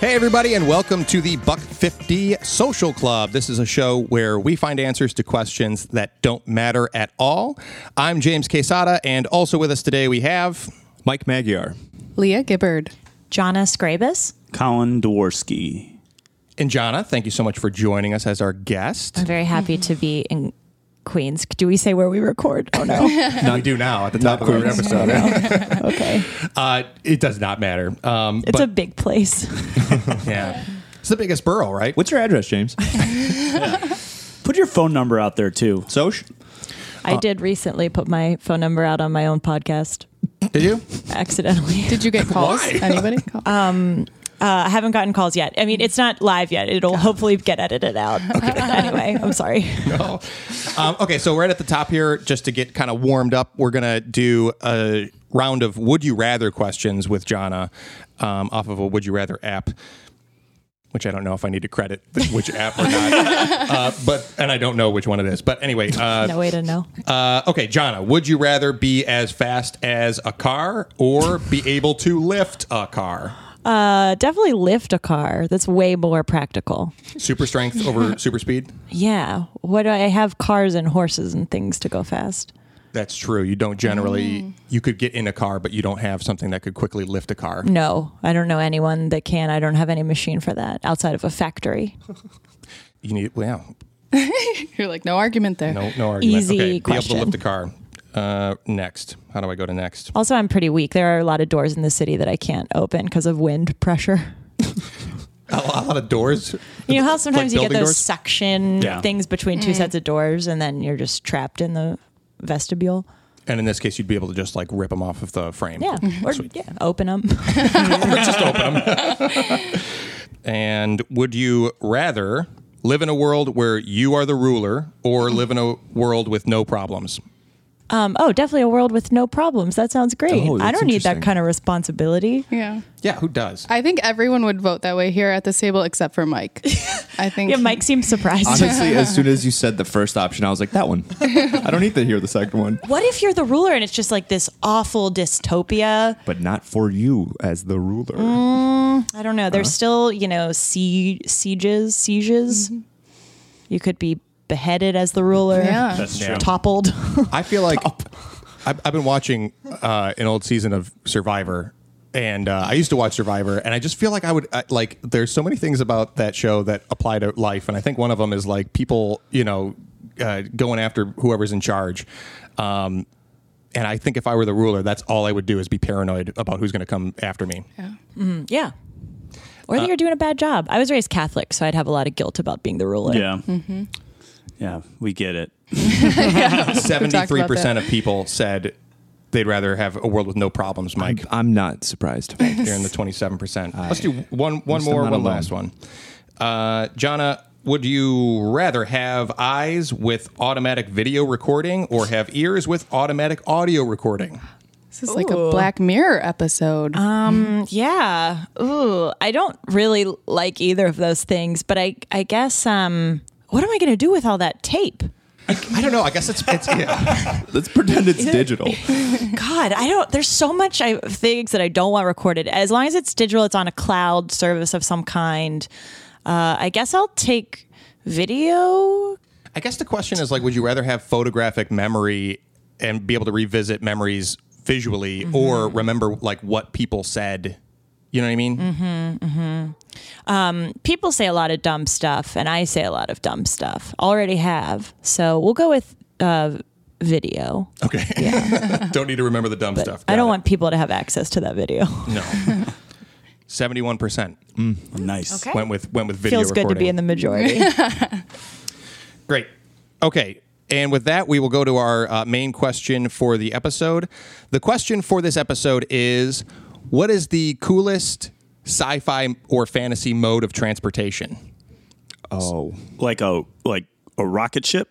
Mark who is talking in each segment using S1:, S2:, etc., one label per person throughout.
S1: Hey, everybody, and welcome to the Buck 50 Social Club. This is a show where we find answers to questions that don't matter at all. I'm James Quesada, and also with us today we have.
S2: Mike Magyar,
S3: Leah Gibbard.
S4: Jonna Scrabus.
S2: Colin Dworsky.
S1: And Jana, thank you so much for joining us as our guest.
S4: I'm very happy to be in Queens. Do we say where we record? Oh no.
S1: we do now at the top of our episode.
S4: okay.
S1: Uh, it does not matter. Um,
S4: It's a
S1: but,
S4: big place.
S1: yeah. It's the biggest borough, right?
S5: What's your address, James?
S2: Put your phone number out there too.
S5: Soch?
S1: Uh,
S4: I did recently put my phone number out on my own podcast
S1: Did you?
S4: accidentally.
S3: Did you get calls? Anybody? Call?
S4: Uh, I haven't gotten calls yet. I mean, it's not live yet. It'll hopefully get edited out. anyway, I'm sorry.
S1: No. Um, okay, so right at the top here, just to get kind of warmed up, we're gonna do a round of "Would you rather" questions with Jana um, off of a "Would you rather" app. Which I don't know if I need to credit th- which app or not, uh, but and I don't know which one it is. But anyway, uh,
S4: No way to know.
S1: uh, okay, Jana, would you rather be as fast as a car or be able to lift a car?
S4: Uh, definitely lift a car. That's way more practical.
S1: Super strength over super speed.
S4: Yeah. What do I have cars and horses and things to go fast?
S1: That's true. You don't generally. You could get in a car, but you don't have something that could quickly lift a car.
S4: No, I don't know anyone that can. I don't have any machine for that outside of a factory.
S1: You need. Well, yeah,
S3: You're like, no argument there.
S1: No, no argument.
S4: Easy
S1: okay, Be
S4: question.
S1: able to lift a car. Uh, next, how do I go to next?
S4: Also, I'm pretty weak. There are a lot of doors in the city that I can't open because of wind pressure.
S1: A lot, a lot of doors.
S4: You know how sometimes you get
S1: building
S4: those
S1: doors?
S4: suction
S2: Yeah.
S4: things between two sets of doors and then you're just trapped in the vestibule?
S1: And in this case, you'd be able to just like rip them off of the frame.
S4: Yeah. Or yeah, open them.
S1: just open them. and would you rather live in a world where you are the ruler, or live in a world with no problems?
S4: Um, oh, definitely a world with no problems. That sounds great.
S5: Oh,
S4: I
S5: that's
S4: don't need that
S5: interesting.
S4: kind of responsibility.
S3: Yeah.
S1: Yeah, who does?
S3: I think everyone would vote that way here at this table except for Mike. I think
S4: Yeah, Mike seems surprised.
S5: Honestly, as soon as you said the first option, I was like, that one. I don't need to hear the second one.
S4: What if you're the ruler and it's just like this awful dystopia?
S5: But not for you as the ruler.
S3: Mm.
S4: I don't know. There's
S2: Uh-huh.
S4: still, you know, sie- sieges, sieges. You could be beheaded as the ruler.
S3: Yeah.
S2: That's true.
S4: Toppled. Mm,
S1: I feel like I've, I've been watching uh, an old season of Survivor, and uh, I used to watch Survivor, and I just feel like I would I, like. There's so many things about that show that apply to life, and I think one of them is like people, you know, uh, going after whoever's in charge. Um, and I think if I were the ruler, that's all I would do is be paranoid about who's going to come after me.
S4: yeah. Or
S2: Uh,
S4: that you're doing a bad job. I was raised Catholic, so I'd have a lot of guilt about being the ruler.
S2: Yeah. Yeah, we get it.
S3: talked
S1: Seventy-three
S3: about
S1: percent
S3: that.
S1: of people said they'd rather have a world with no problems, Mike.
S5: I'm not surprised.
S1: You're in the 27%. Let's do one one
S5: least
S1: more,
S5: I'm
S1: one
S5: not alone.
S1: last one. Uh, Jana, would you rather have eyes with automatic video recording or have ears with automatic audio recording?
S3: this is like a Black Mirror episode.
S4: Yeah. Ooh, I don't really like either of those things, but I I guess um what am I going to do with all that tape?
S1: I don't know. I guess it's, it's yeah.
S5: Let's pretend it's digital.
S4: God, I don't. There's so much I, things that I don't want recorded. As long as it's digital, it's on a cloud service of some kind. Uh, I guess I'll take video.
S1: I guess the question is like, would you rather have photographic memory and be able to revisit memories visually or remember like what people said? You know what I mean?
S4: People say a lot of dumb stuff, and I say a lot of dumb stuff. Already have. So we'll go with uh, video.
S1: Okay. don't need to remember the dumb stuff.
S4: I don't
S1: Got
S4: want people to have access to that video.
S1: it. no. Seventy-one percent
S2: Nice.
S4: Okay.
S1: went with went with video.
S4: Feels good to
S1: recording.
S4: be in the majority.
S1: Great. Okay. And with that, we will go to our uh, main question for the episode. The question for this episode is What is the coolest sci fi or fantasy mode of transportation?
S5: Oh.
S2: Like a like a rocket ship.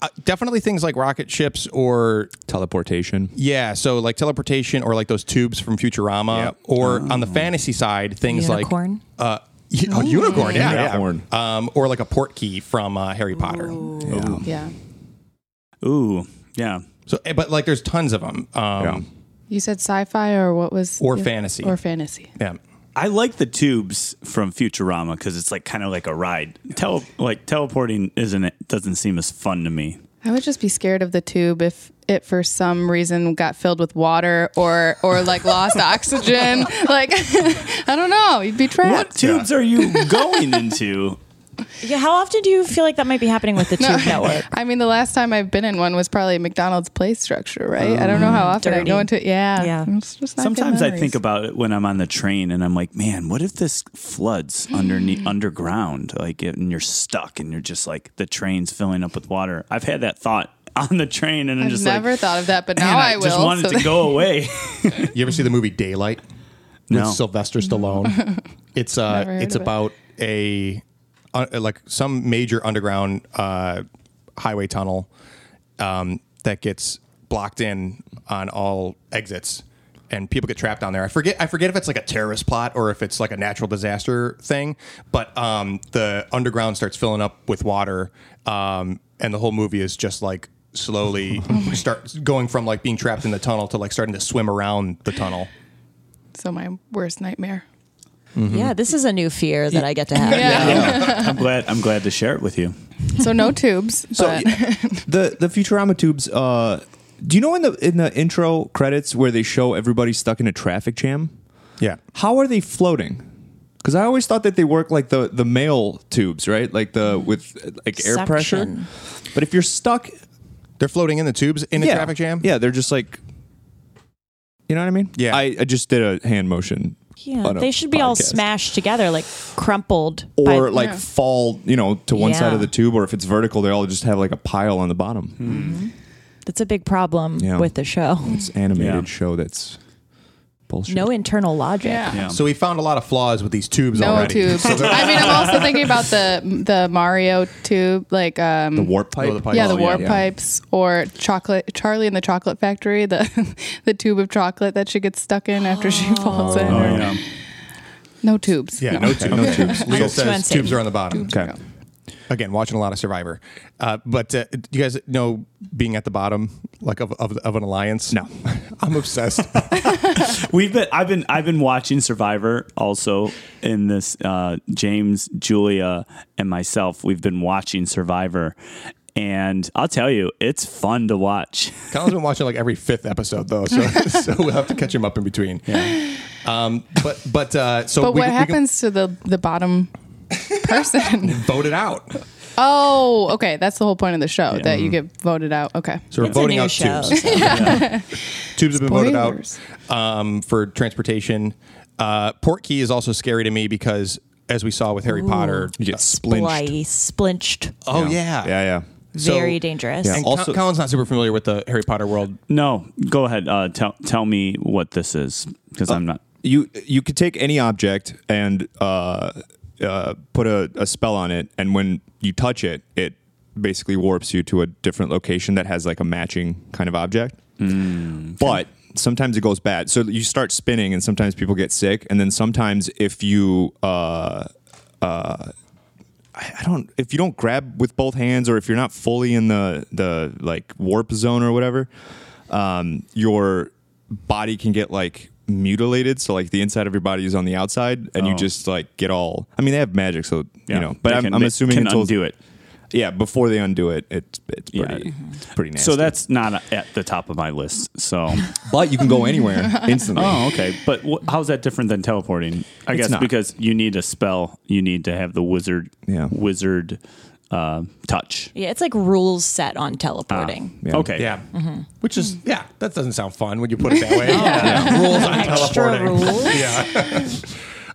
S1: Uh, definitely things like rocket ships or,
S5: Teleportation.
S1: yeah, so like teleportation or like those tubes from Futurama.
S5: Yep. Oh.
S1: Or on the fantasy side, things
S4: Unicorn?
S1: like. Uh, y- oh, unicorn, yeah. yeah.
S5: Unicorn.
S1: Um, or like a port key from uh, Harry Potter.
S5: Yeah.
S3: yeah.
S2: Ooh. Yeah.
S1: So, eh, but like there's tons of them. Um,
S5: Yeah.
S3: You said sci-fi or what was
S1: Or
S3: yeah.
S1: fantasy.
S3: Or fantasy.
S1: yeah.
S2: I like the tubes from Futurama because it's like kind of like a ride. Tele- like teleporting isn't it doesn't seem as fun to me.
S3: I would just be scared of the tube if it for some reason got filled with water or or like lost oxygen. Like I don't know, you'd be
S2: What
S3: trapped.
S2: tubes are you going into?
S4: Yeah, how often do you feel like that might be happening with the Tube Network?
S3: I mean, the last time I've been in one was probably McDonald's play structure, right? I don't know how often I
S4: dirty.
S3: go into it. Yeah,
S4: Yeah.
S3: It's just not good
S2: Sometimes I think
S3: memories.
S2: about it when I'm on the train and I'm like, man, what if this floods
S3: Mm.
S2: underneath underground? Like, and you're stuck and you're just like the train's filling up with water. I've had that thought on the train and I'm
S3: I've
S2: just
S3: never
S2: like,
S3: thought of that, but
S2: man,
S3: now I,
S2: I
S3: will.
S2: just wanted
S3: so
S2: to
S3: that-
S2: go away.
S1: You ever see the movie Daylight
S2: No.
S1: with Sylvester Stallone? it's uh,
S3: Never heard
S1: it's
S3: of it.
S1: about a uh, like some major underground uh, highway tunnel um, that gets blocked in on all exits, and people get trapped down there. I forget I forget if it's like a terrorist plot or if it's like a natural disaster thing, but um, the underground starts filling up with water, um, and the whole movie is just like slowly
S3: Oh
S1: start going from like being trapped in the tunnel to like starting to swim around the tunnel.
S3: So my worst nightmare.
S4: Yeah, this is a new fear that I get to have.
S3: Yeah.
S2: I'm glad. I'm glad to share it with you.
S3: so no tubes.
S5: So
S3: but
S5: yeah, the the Futurama tubes. Uh, do you know in the in the intro credits where they show everybody stuck in a traffic jam?
S1: Yeah.
S5: How are they floating? Because I always thought that they work like the the mail tubes, right? Like the with uh, like air pressure.
S4: Suction.
S5: But if you're stuck
S1: They're floating in the tubes in a
S5: yeah,
S1: traffic jam.
S5: yeah, they're just like. You know what I mean?
S1: Yeah.
S5: I, I just did a hand motion.
S4: Yeah,
S5: on a
S4: they should be all
S5: podcast.
S4: smashed together, like crumpled. by-
S5: Or like fall, you know, to one side
S4: Yeah.
S5: of the tube, or if it's vertical, they all just have like a pile on the bottom.
S4: that's a big problem
S5: Yeah.
S4: with the show.
S5: It's animated
S2: Yeah.
S5: show that's bullshit.
S4: No internal logic.
S3: yeah.
S5: Um,
S2: Yeah.
S1: So we found a lot of flaws with these tubes
S3: No
S1: already.
S3: tubes.
S1: So they're-
S3: I mean, I'm also thinking about the the Mario tube, like um,
S5: the warp pipe.
S1: Oh, the pipe.
S3: yeah, the
S1: Oh,
S3: warp
S5: yeah.
S3: pipes or chocolate Charlie in the Chocolate Factory, the the tube of chocolate that she gets stuck in after she falls in.
S2: Oh yeah.
S3: No tubes.
S1: yeah, no, tubes.
S5: no tubes.
S1: Legal says
S4: Expensive.
S1: tubes are on the bottom.
S5: Okay.
S1: Again, watching a lot of Survivor. Uh, but uh, do you guys know being at the bottom like of, of, of an alliance?
S5: No.
S1: I'm obsessed.
S2: We've been I've been I've been watching Survivor also in this uh James, Julia and myself we've been watching Survivor and I'll tell you it's fun to watch.
S1: Colin's been watching like every fifth episode though, so, so we'll have to catch him up in between. Yeah. Um, but but uh, so
S3: But
S1: we,
S3: what
S1: we can
S3: happens to the the bottom person?
S1: vote it out.
S3: oh, okay. That's the whole point of the show that you get voted out. Okay.
S1: So we're
S4: It's a
S1: voting
S4: new
S1: out
S4: show,
S1: tubes. Tubes have been
S3: Spoilers.
S1: voted out um, for transportation. Uh, port key is also scary to me because, as we saw with Harry Potter,
S5: You get splinched.
S4: Blight, splinched,
S1: oh
S5: Yeah, yeah.
S1: So-
S4: very dangerous.
S5: Yeah.
S1: And
S5: Also-
S1: also, Colin's not super familiar with the Harry Potter world.
S2: No, go ahead uh tell tell me what this is because
S5: Uh,
S2: I'm not
S5: You you could take any object and uh, uh, put a, a spell on it, and when you touch it, it basically warps you to a different location that has like a matching kind of object. But sometimes it goes bad, so you start spinning, and sometimes people get sick, and then sometimes if you uh, I don't if you don't grab with both hands or if you're not fully in the the like warp zone or whatever, um, your body can get like mutilated. So like the inside of your body is on the outside, and you
S2: Oh.
S5: just like get all. I mean, they have magic, so
S2: yeah,
S5: you know. But
S2: they
S5: I'm,
S2: can-
S5: I'm
S2: they
S5: assuming
S2: can
S5: until
S2: undo it.
S5: Yeah, before they undo it, it's it's
S2: Yeah.
S5: pretty it's pretty nasty.
S2: So that's not at the top of my list. So
S5: but you can go anywhere instantly.
S2: Oh, okay. But wh- how's that different than teleporting? I
S5: It's
S2: guess
S5: not.
S2: because you need a spell. You need to have the wizard,
S5: Yeah.
S2: wizard uh, touch.
S4: Yeah, it's like rules set on teleporting.
S5: Yeah.
S2: Okay.
S1: Yeah, which is yeah, that doesn't sound fun when you put it that way. Mm-hmm. Oh, Yeah. Rules on
S4: Extra
S1: teleporting.
S4: rules.
S1: Yeah.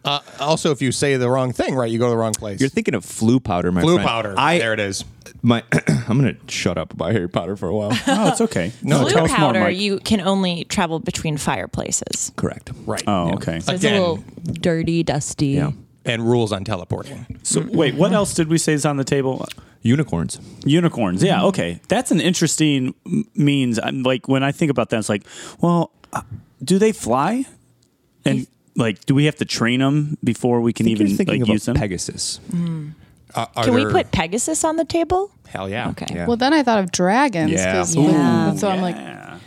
S1: uh, also, if you say the wrong thing, right, you go to the wrong place.
S5: You're thinking of flu powder, my
S1: Blue
S5: friend.
S1: powder.
S5: I
S1: there it is.
S5: my I'm gonna shut up about Harry Potter for a while.
S2: Oh, it's okay. No,
S4: Blue powder, you can only travel between fireplaces.
S5: Correct.
S1: Right.
S2: Oh, okay.
S4: So it's a
S1: Again.
S4: little dirty, dusty.
S5: Yeah.
S1: And rules on teleporting.
S2: So wait, what else did we say is on the table?
S5: Unicorns.
S2: Unicorns. Yeah. Okay. That's an interesting m- means. I'm like when I think about that, it's like, well, uh, do they fly? And like, do we have to train them before we can even like use them?
S5: Pegasus.
S1: Uh, are
S4: Can we
S1: there-
S4: put Pegasus on the table?
S1: Hell yeah.
S4: Okay.
S5: Yeah.
S3: Well, then I thought of dragons.
S5: Yeah.
S3: 'cause
S5: Ooh,
S3: that's what I'm like.
S2: Yeah.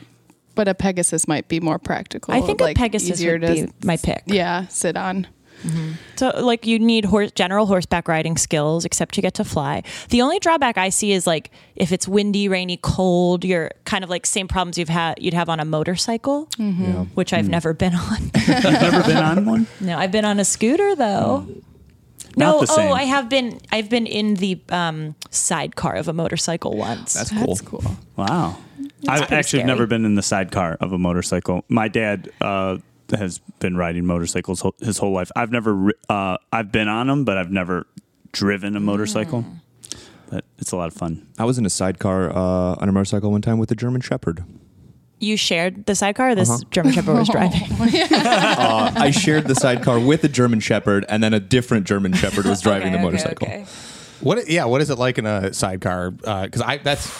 S3: But a Pegasus might be more practical.
S4: I think
S3: like,
S4: a Pegasus
S3: easier
S4: would
S3: to
S4: be my pick.
S3: yeah sit on.
S4: So, like, you need horse, general horseback riding skills, except you get to fly. The only drawback I see is like if it's windy, rainy, cold, you're kind of like same problems you've had you'd have on a motorcycle, which
S5: Hmm.
S4: I've never been on.
S2: Never been on one.
S4: no, I've been on a scooter though.
S2: Mm. Not
S4: no,
S2: the same.
S4: oh, I have been. I've been in the um, sidecar of a motorcycle once.
S5: That's cool.
S3: That's cool.
S2: Wow. I've
S4: pretty
S2: actually
S4: scary.
S2: never been in the sidecar of a motorcycle. My dad uh, has been riding motorcycles ho- his whole life. I've never, ri- uh, I've been on them, but I've never driven a motorcycle.
S4: Mm.
S2: But it's a lot of fun.
S5: I was in a sidecar uh, on a motorcycle one time with a German Shepherd.
S4: you shared the sidecar. This
S2: Uh-huh.
S4: German Shepherd was driving.
S5: Uh, I shared the sidecar with a German Shepherd, and then a different German Shepherd was driving the motorcycle.
S1: What? Yeah. What is it like in a sidecar? Because I that's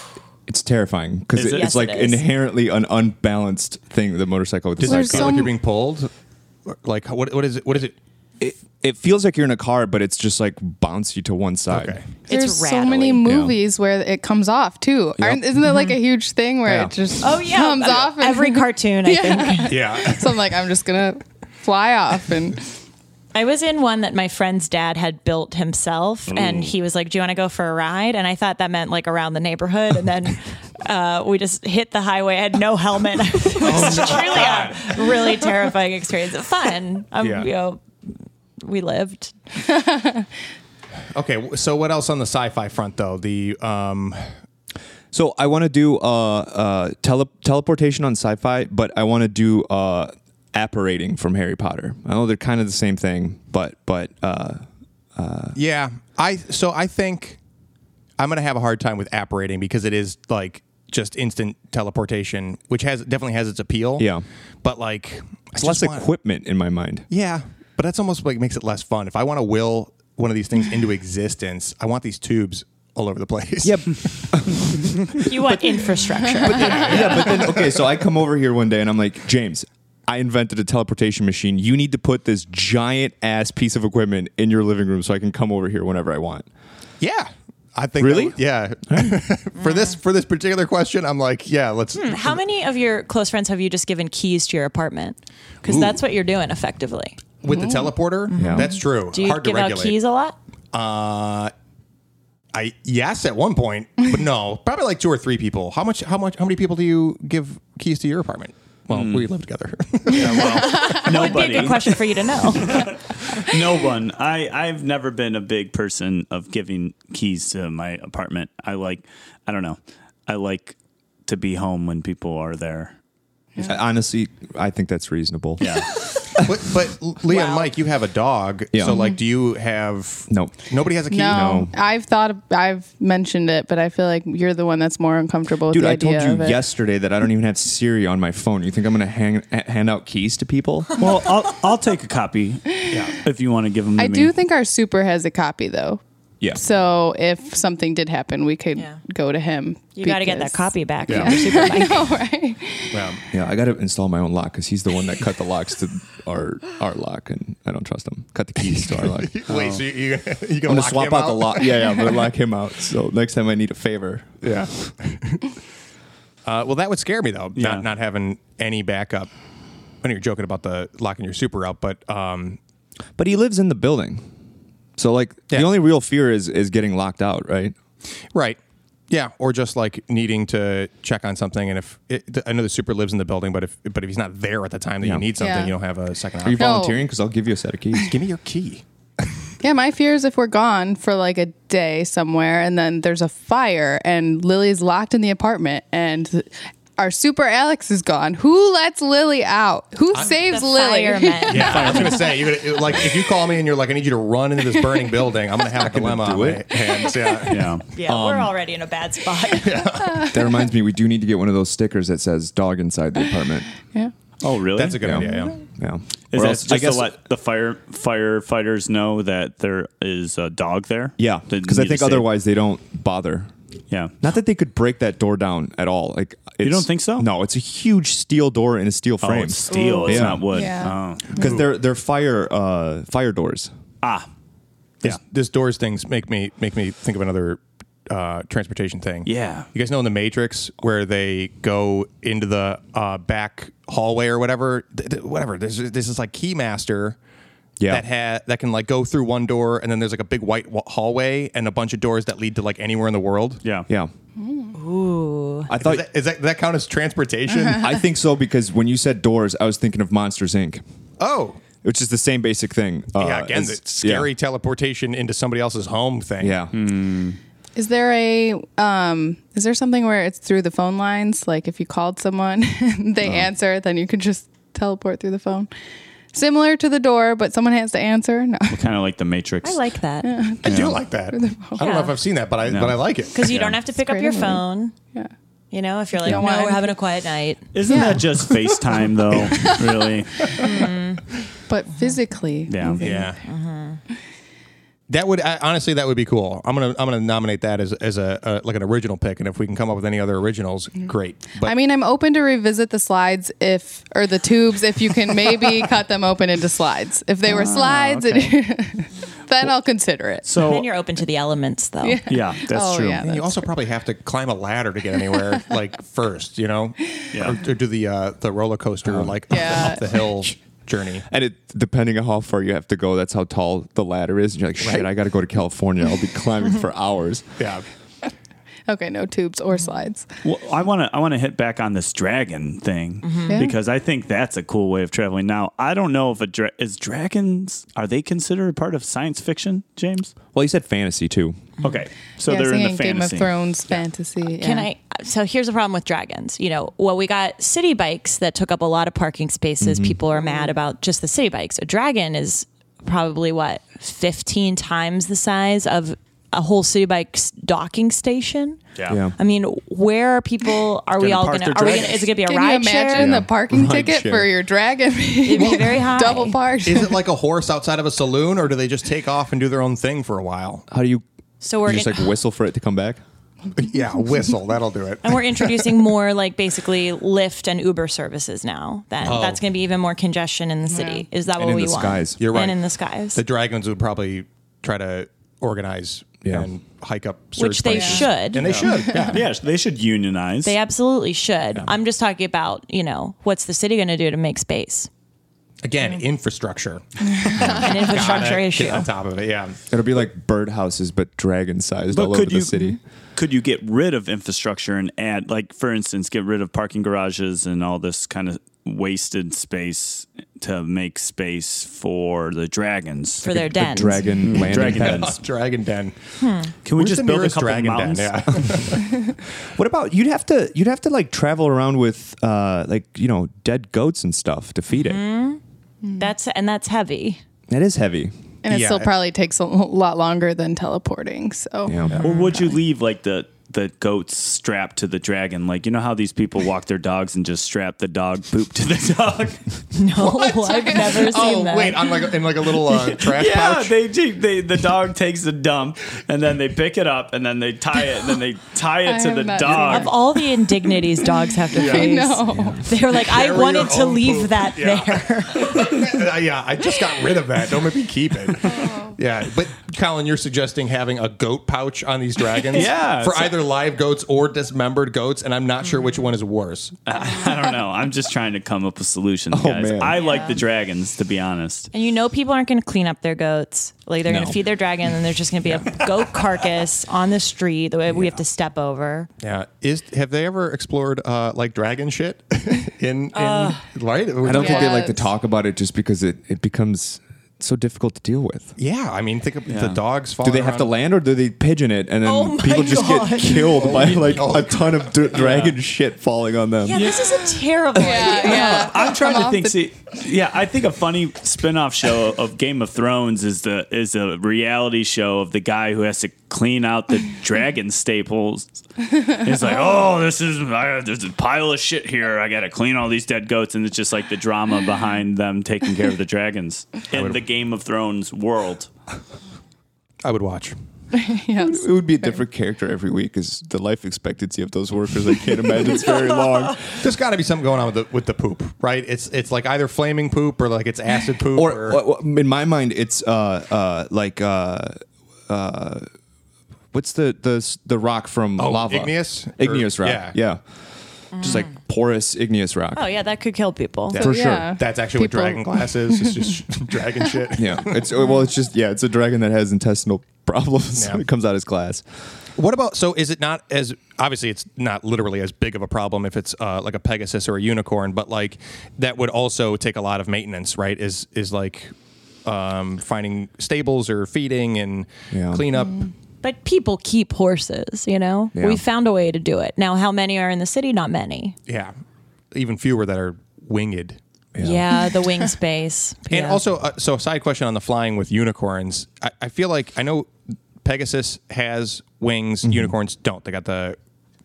S5: It's terrifying because
S2: Is
S5: it,
S2: it?
S5: it's
S4: Yes,
S5: like
S4: it is.
S5: inherently an unbalanced thing. The motorcycle with the
S1: does
S5: sidecar.
S1: it
S3: There's
S1: feel like
S3: some-
S1: you're being pulled? Like what? What is it? What is it?
S5: it, it feels like you're in a car, but it's just like bouncy to one side.
S1: Okay.
S3: There's so
S4: rattling.
S3: many
S4: Yeah.
S3: movies where it comes off too. Aren't, isn't it like a huge thing where
S5: Yeah.
S3: it just
S4: Oh yeah,
S3: comes off? and-
S4: every cartoon. I think.
S1: Yeah.
S3: so I'm like, I'm just gonna fly off and
S4: I was in one that my friend's dad had built himself, and he was like, "Do you want to go for a ride?" And I thought that meant like around the neighborhood, and then uh, we just hit the highway. I had no helmet. it was
S2: Oh
S4: truly a really terrifying experience. Fun. Um,
S1: Yeah.
S4: you know, we lived.
S1: Okay. w- So what else on the sci-fi front though? The um.
S5: So I want to do uh, uh, tele- teleportation on sci-fi, but I want to do uh, apparating from Harry Potter. I know they're kind of the same thing, but but uh,
S1: Yeah. I. So I think I'm gonna have a hard time with apparating because it is like just instant teleportation, which has definitely has its appeal.
S5: Yeah.
S1: But like, I
S5: it's
S1: just
S5: less
S1: want-
S5: equipment in my mind.
S1: Yeah, but that's almost like makes it less fun. If I want to will one of these things into existence, I want these tubes all over the place.
S5: Yeah,
S4: You want infrastructure.
S5: yeah, but then okay, so I come over here one day and I'm like, James, I invented a teleportation machine. You need to put this giant ass piece of equipment in your living room so I can come over here whenever I want.
S1: yeah. I think
S5: Really?
S1: that- yeah. for this for this particular question, I'm like, yeah, let's
S4: How many of your close friends have you just given keys to your apartment? Because that's what you're doing effectively.
S1: with the teleporter.
S5: Yeah.
S1: That's true.
S4: Do you
S1: Hard
S4: give
S1: to
S4: out
S1: regulate.
S4: keys a lot?
S1: I yes at one point, but no, probably like two or three people. How much? How much? How many people do you give keys to your apartment? Well,
S5: Hmm.
S1: we live together.
S4: Would be a good question for you to know.
S2: no one. I I've never been a big person of giving keys to my apartment. I like I don't know. I like to be home when people are there.
S5: Honestly, I think that's reasonable.
S2: Yeah.
S1: but, but Leah and
S4: Wow.
S1: Mike, you have a dog.
S5: Yeah.
S1: So like, do you have?
S5: Nope.
S1: Nobody has a key.
S3: no, I've thought I've mentioned it, but I feel like you're the one that's more uncomfortable with
S5: Dude,
S3: the
S5: I
S3: idea
S5: told you
S3: of it.
S5: yesterday that I don't even have Siri on my phone. You think I'm going to hang, h- hand out keys to people?
S2: well, I'll I'll take a copy. Yeah. If you want to give them to
S3: I
S2: me.
S3: do think our super has a copy though.
S5: Yeah.
S3: So if something did happen, we could
S4: Yeah.
S3: go to him.
S4: You got to get that
S3: because-
S4: copy back.
S1: Yeah.
S4: from your super
S3: I know, right?
S1: Yeah.
S5: Yeah, I got to install my own lock because he's the one that cut the locks to our our lock, and I don't trust him. Cut the keys to our lock. I'm
S1: Wait, so you, you, you gonna
S5: gonna
S1: lock
S5: swap
S1: him
S5: out the lock. Yeah, yeah, I'm gonna lock him out. So next time I need a favor.
S1: Yeah. uh, well, that would scare me though,
S2: Yeah.
S1: not not having any backup. I know you're joking about the locking your super out, but um,
S5: But he lives in the building, so like
S1: Yeah.
S5: the only real fear is is getting locked out, right?
S1: right. Yeah, or just like needing to check on something, and if it, I know the super lives in the building, but if but if he's not there at the time that
S5: Yeah.
S1: you need something,
S3: Yeah.
S1: you don't have a second
S5: Are you
S1: option.
S3: No.
S5: volunteering? Because I'll give you a set of keys.
S1: Give me your key.
S3: Yeah, my fear is if we're gone for like a day somewhere and then there's a fire and Lily's locked in the apartment and our super Alex is gone. Who lets Lily out? Who saves
S4: The
S3: Lily?
S4: firemen.
S1: Yeah, I was gonna say you're gonna like if you call me and you're like I need you to run into this burning building, I'm gonna have a dilemma on
S5: do
S1: my
S5: it.
S1: hands. Yeah.
S2: Yeah.
S4: Yeah, we're
S1: Um,
S4: already in a bad spot.
S5: that reminds me, we do need to get one of those stickers that says "dog inside the apartment."
S3: Yeah.
S2: Oh, really?
S1: that's a good
S5: Yeah.
S1: idea. Yeah.
S5: Yeah.
S2: Is
S5: Or
S2: that
S5: else-
S2: just to let the fire firefighters know that there is a dog there?
S5: Yeah,
S2: That
S5: because I
S2: need to
S5: think
S2: save?
S5: otherwise they don't bother.
S2: Yeah.
S5: Not that they could break that door down at all. Like it's,
S2: don't think so?
S5: No, it's a huge steel door in a steel
S2: Oh,
S5: frame
S2: it's steel. It's
S5: Yeah.
S2: not wood.
S3: Yeah.
S2: Oh.
S5: because they're they're fire uh, fire doors.
S2: Ah.
S1: This, this doors things make me make me think of another uh, transportation thing.
S2: Yeah.
S1: you guys know in the Matrix where they go into the uh, back hallway or whatever, th- th- whatever. This is- this is like Keymaster
S5: Yeah.
S1: that ha- that can like go through one door, and then there's like a big white wa- hallway and a bunch of doors that lead to like anywhere in the world.
S2: Yeah.
S5: Yeah. Ooh. I thought
S1: Is that, is that does that count as transportation?
S5: I think so because when you said doors, I was thinking of Monsters Inc.,
S1: oh,
S5: which is the same basic thing. Uh,
S1: yeah. Again,
S5: as-
S1: it's scary
S5: yeah.
S1: teleportation into somebody else's home thing.
S5: Yeah.
S2: Hmm.
S3: Is there a um is there something where it's through the phone lines? Like if you called someone and
S2: Uh-huh.
S3: they answer, then you can just teleport through the phone. Similar to the door, but someone has to answer. No.
S2: Kind of like the Matrix.
S4: I like that
S1: I do like that. I don't know if I've seen that, but I but I like it.
S4: because you don't have to pick up
S3: great
S4: your
S3: idea.
S4: phone.
S3: Yeah.
S4: You know, if you're like,
S3: don't
S4: no,
S3: want
S4: we're
S3: any
S4: having a quiet night.
S2: Isn't
S3: Yeah.
S2: that just FaceTime though? really?
S3: But physically.
S2: Yeah.
S1: Yeah. That would I, honestly that would be cool. I'm gonna I'm gonna nominate that as as a, a like an original pick, and if we can come up with any other originals, great. But
S3: I mean, I'm open to revisit the slides if, or the tubes, if you can maybe cut them open into slides. If they were
S2: Ah,
S3: slides, it- then I'll consider it.
S2: So
S4: Then you're open to the elements, though.
S2: yeah, that's
S3: Oh,
S2: true.
S3: yeah.
S1: you also probably have to climb a ladder to get anywhere, like first, you know,
S2: Yeah.
S1: or, or do the uh, the roller coaster like up the-
S3: Yeah.
S1: up the hill journey.
S5: And it depending on how far you have to go, that's how tall the ladder is. And you're like, shit, I got to go to California. I'll be climbing for hours.
S1: Yeah,
S3: Okay, no tubes or slides.
S2: Well, I want to I want to hit back on this dragon thing
S3: Yeah.
S2: because I think that's a cool way of traveling. Now I don't know if a dra- is dragons are they considered part of science fiction, James?
S5: Well, you said fantasy too.
S2: Okay, so
S3: Mm-hmm. yeah,
S2: they're in
S3: singing
S2: the
S3: Game of
S2: fantasy.
S3: Thrones fantasy.
S4: Can
S3: yeah.
S4: I? So here's the problem with dragons. You know, well, we got city bikes that took up a lot of parking spaces. People are mad about just the city bikes. A dragon is probably what 15 times the size of a whole city bike's docking station.
S2: Yeah.
S5: Yeah.
S4: I mean, where are people? Are we
S2: Gonna
S4: all
S2: park
S4: going to?
S2: their
S4: Are we going
S2: dragons.
S4: to? Is it going to be a
S3: Can you
S4: ride share?
S3: imagine
S5: Yeah.
S3: the parking
S5: Ride
S3: ticket
S5: share.
S3: for your dragon?
S4: It'd be very high.
S3: Double parked.
S1: is it like a horse outside of a saloon, or do they just take off and do their own thing for a while?
S5: How do you,
S4: So we're
S5: you just
S4: in-
S5: like whistle for it to come back?
S1: Yeah, whistle that'll do it.
S4: And we're introducing more like basically Lyft and Uber services now. That that's going to be even more congestion in the city. Is that what
S5: in
S4: we
S5: the
S4: want?
S5: skies.
S1: You're right.
S4: And in the skies,
S1: The dragons would probably try to organize
S5: Yeah.
S1: and hike up, surge
S4: which they
S1: places.
S4: should.
S1: and they should. Yeah.
S2: Yeah, they should unionize.
S4: They absolutely should. I'm just talking about, you know, what's the city going to do to make space?
S1: Again, infrastructure.
S4: An infrastructure
S1: Gotta
S4: issue.
S1: Get on top of it, yeah.
S5: It'll be like birdhouses, but dragon sized all over the city.
S2: Could you get rid of infrastructure and add, like, for instance, get rid of parking garages and all this kind of wasted space to make space for the dragons?
S4: For their
S5: A
S4: dens.
S5: Mm. dragon landing
S2: Dragon
S5: pad.
S2: dens.
S1: Dragon den.
S2: Can we
S1: Where's
S2: just
S1: the
S2: build a
S1: nearest
S2: couple
S1: dragon
S2: mountains?
S1: den? Yeah.
S5: What about you'd have to you'd have to like travel around with uh like you know dead goats and stuff to feed it.
S4: Mm-hmm. That's and that's heavy.
S5: That is heavy.
S3: and it
S1: Yeah.
S3: still probably takes a lot longer than teleporting. So
S5: Yeah.
S2: Or would you leave like the the goats strapped to the dragon? Like you know how these people walk their dogs and just strap the dog poop to the dog.
S4: No, I've never seen
S1: Oh,
S4: that.
S1: wait, on like in like a little uh, trash
S2: yeah,
S1: pouch.
S2: they, do- they the dog takes the dump and then they pick it up and then they tie it and then they tie
S3: I
S2: it to
S3: have
S2: the
S3: not seen that.
S4: Of
S2: dog.
S4: all the indignities dogs have to
S3: I
S4: face,
S3: know.
S4: they're like, I
S1: Carry your
S4: wanted to
S1: own
S4: leave
S1: poop.
S4: that
S1: Yeah.
S4: there.
S1: Uh, yeah, I just got rid of that. Don't make me keep it.
S4: Oh.
S1: Yeah, but Colin, you're suggesting having a goat pouch on these dragons?
S2: Yeah,
S1: For
S2: so-
S1: either live goats or dismembered goats, and I'm not sure which one is worse.
S2: I don't know. I'm just trying to come up with solutions, guys.
S5: man.
S2: I like the dragons, to be honest.
S4: And you know, people aren't going to clean up their goats. Like they're going
S2: No.
S4: to feed their dragon, and there's just going to be a goat carcass on the street that we have to step over.
S1: Yeah. Is have they ever explored uh, like dragon shit in, in
S4: Uh,
S1: right?
S5: I don't think they like to
S3: Yes.
S5: talk about it just because it, it becomes so difficult to deal with.
S1: Yeah, I mean, think of the dogs.
S5: Do
S1: falling
S5: they have to
S1: around.
S5: land or do they pigeon it and then
S4: Oh my
S5: people just
S4: God.
S5: get killed by like a ton of d- dragon shit falling on them?
S4: Yeah, this is a terrible idea.
S3: yeah.
S2: I'm trying
S3: Come
S2: to
S3: off
S2: think.
S3: the-
S2: See, yeah, I think a funny spin-off show of Game of Thrones is the is a reality show of the guy who has to clean out the dragon staples. It's like, oh, this is I, there's a pile of shit here. I got to clean all these dead goats, and it's just like the drama behind them taking care of the dragons in the Game of Thrones world.
S1: I would watch.
S3: Yes.
S5: It would be a different character every week because the life expectancy of those workers, I can't imagine it's very long.
S1: There's got to be something going on with the with the poop, right? It's it's like either flaming poop or like it's acid poop. Or,
S5: Or, or- or- in my mind, it's uh, uh, like uh, uh, what's the the the rock from
S1: Oh,
S5: lava?
S1: igneous?
S5: Oh, igneous
S1: Or-
S5: rock.
S1: yeah.
S5: yeah. just like porous igneous rock.
S4: Oh yeah, that could kill people.
S1: Yeah.
S3: So,
S5: For sure.
S3: yeah.
S1: That's actually
S3: People-
S1: what dragon glass is. It's just dragon shit.
S5: Yeah, it's uh, well, it's just yeah, it's a dragon that has intestinal problems.
S1: Yeah.
S5: it comes out as glass.
S1: What about so is it not as obviously it's not literally as big of a problem if it's uh, like a Pegasus or a unicorn, but like that would also take a lot of maintenance, right? Is is like um, finding stables or feeding and
S5: Yeah.
S1: cleanup.
S4: But people keep horses, you know?
S5: Yeah.
S4: We found a way to do it. Now, how many are in the city? Not many.
S1: Yeah, even fewer that are winged.
S4: Yeah, the wing space.
S1: And
S4: Yeah.
S1: also, uh, so a side question on the flying with unicorns. I, I feel like I know Pegasus has wings,
S5: Mm-hmm.
S1: unicorns don't. They got the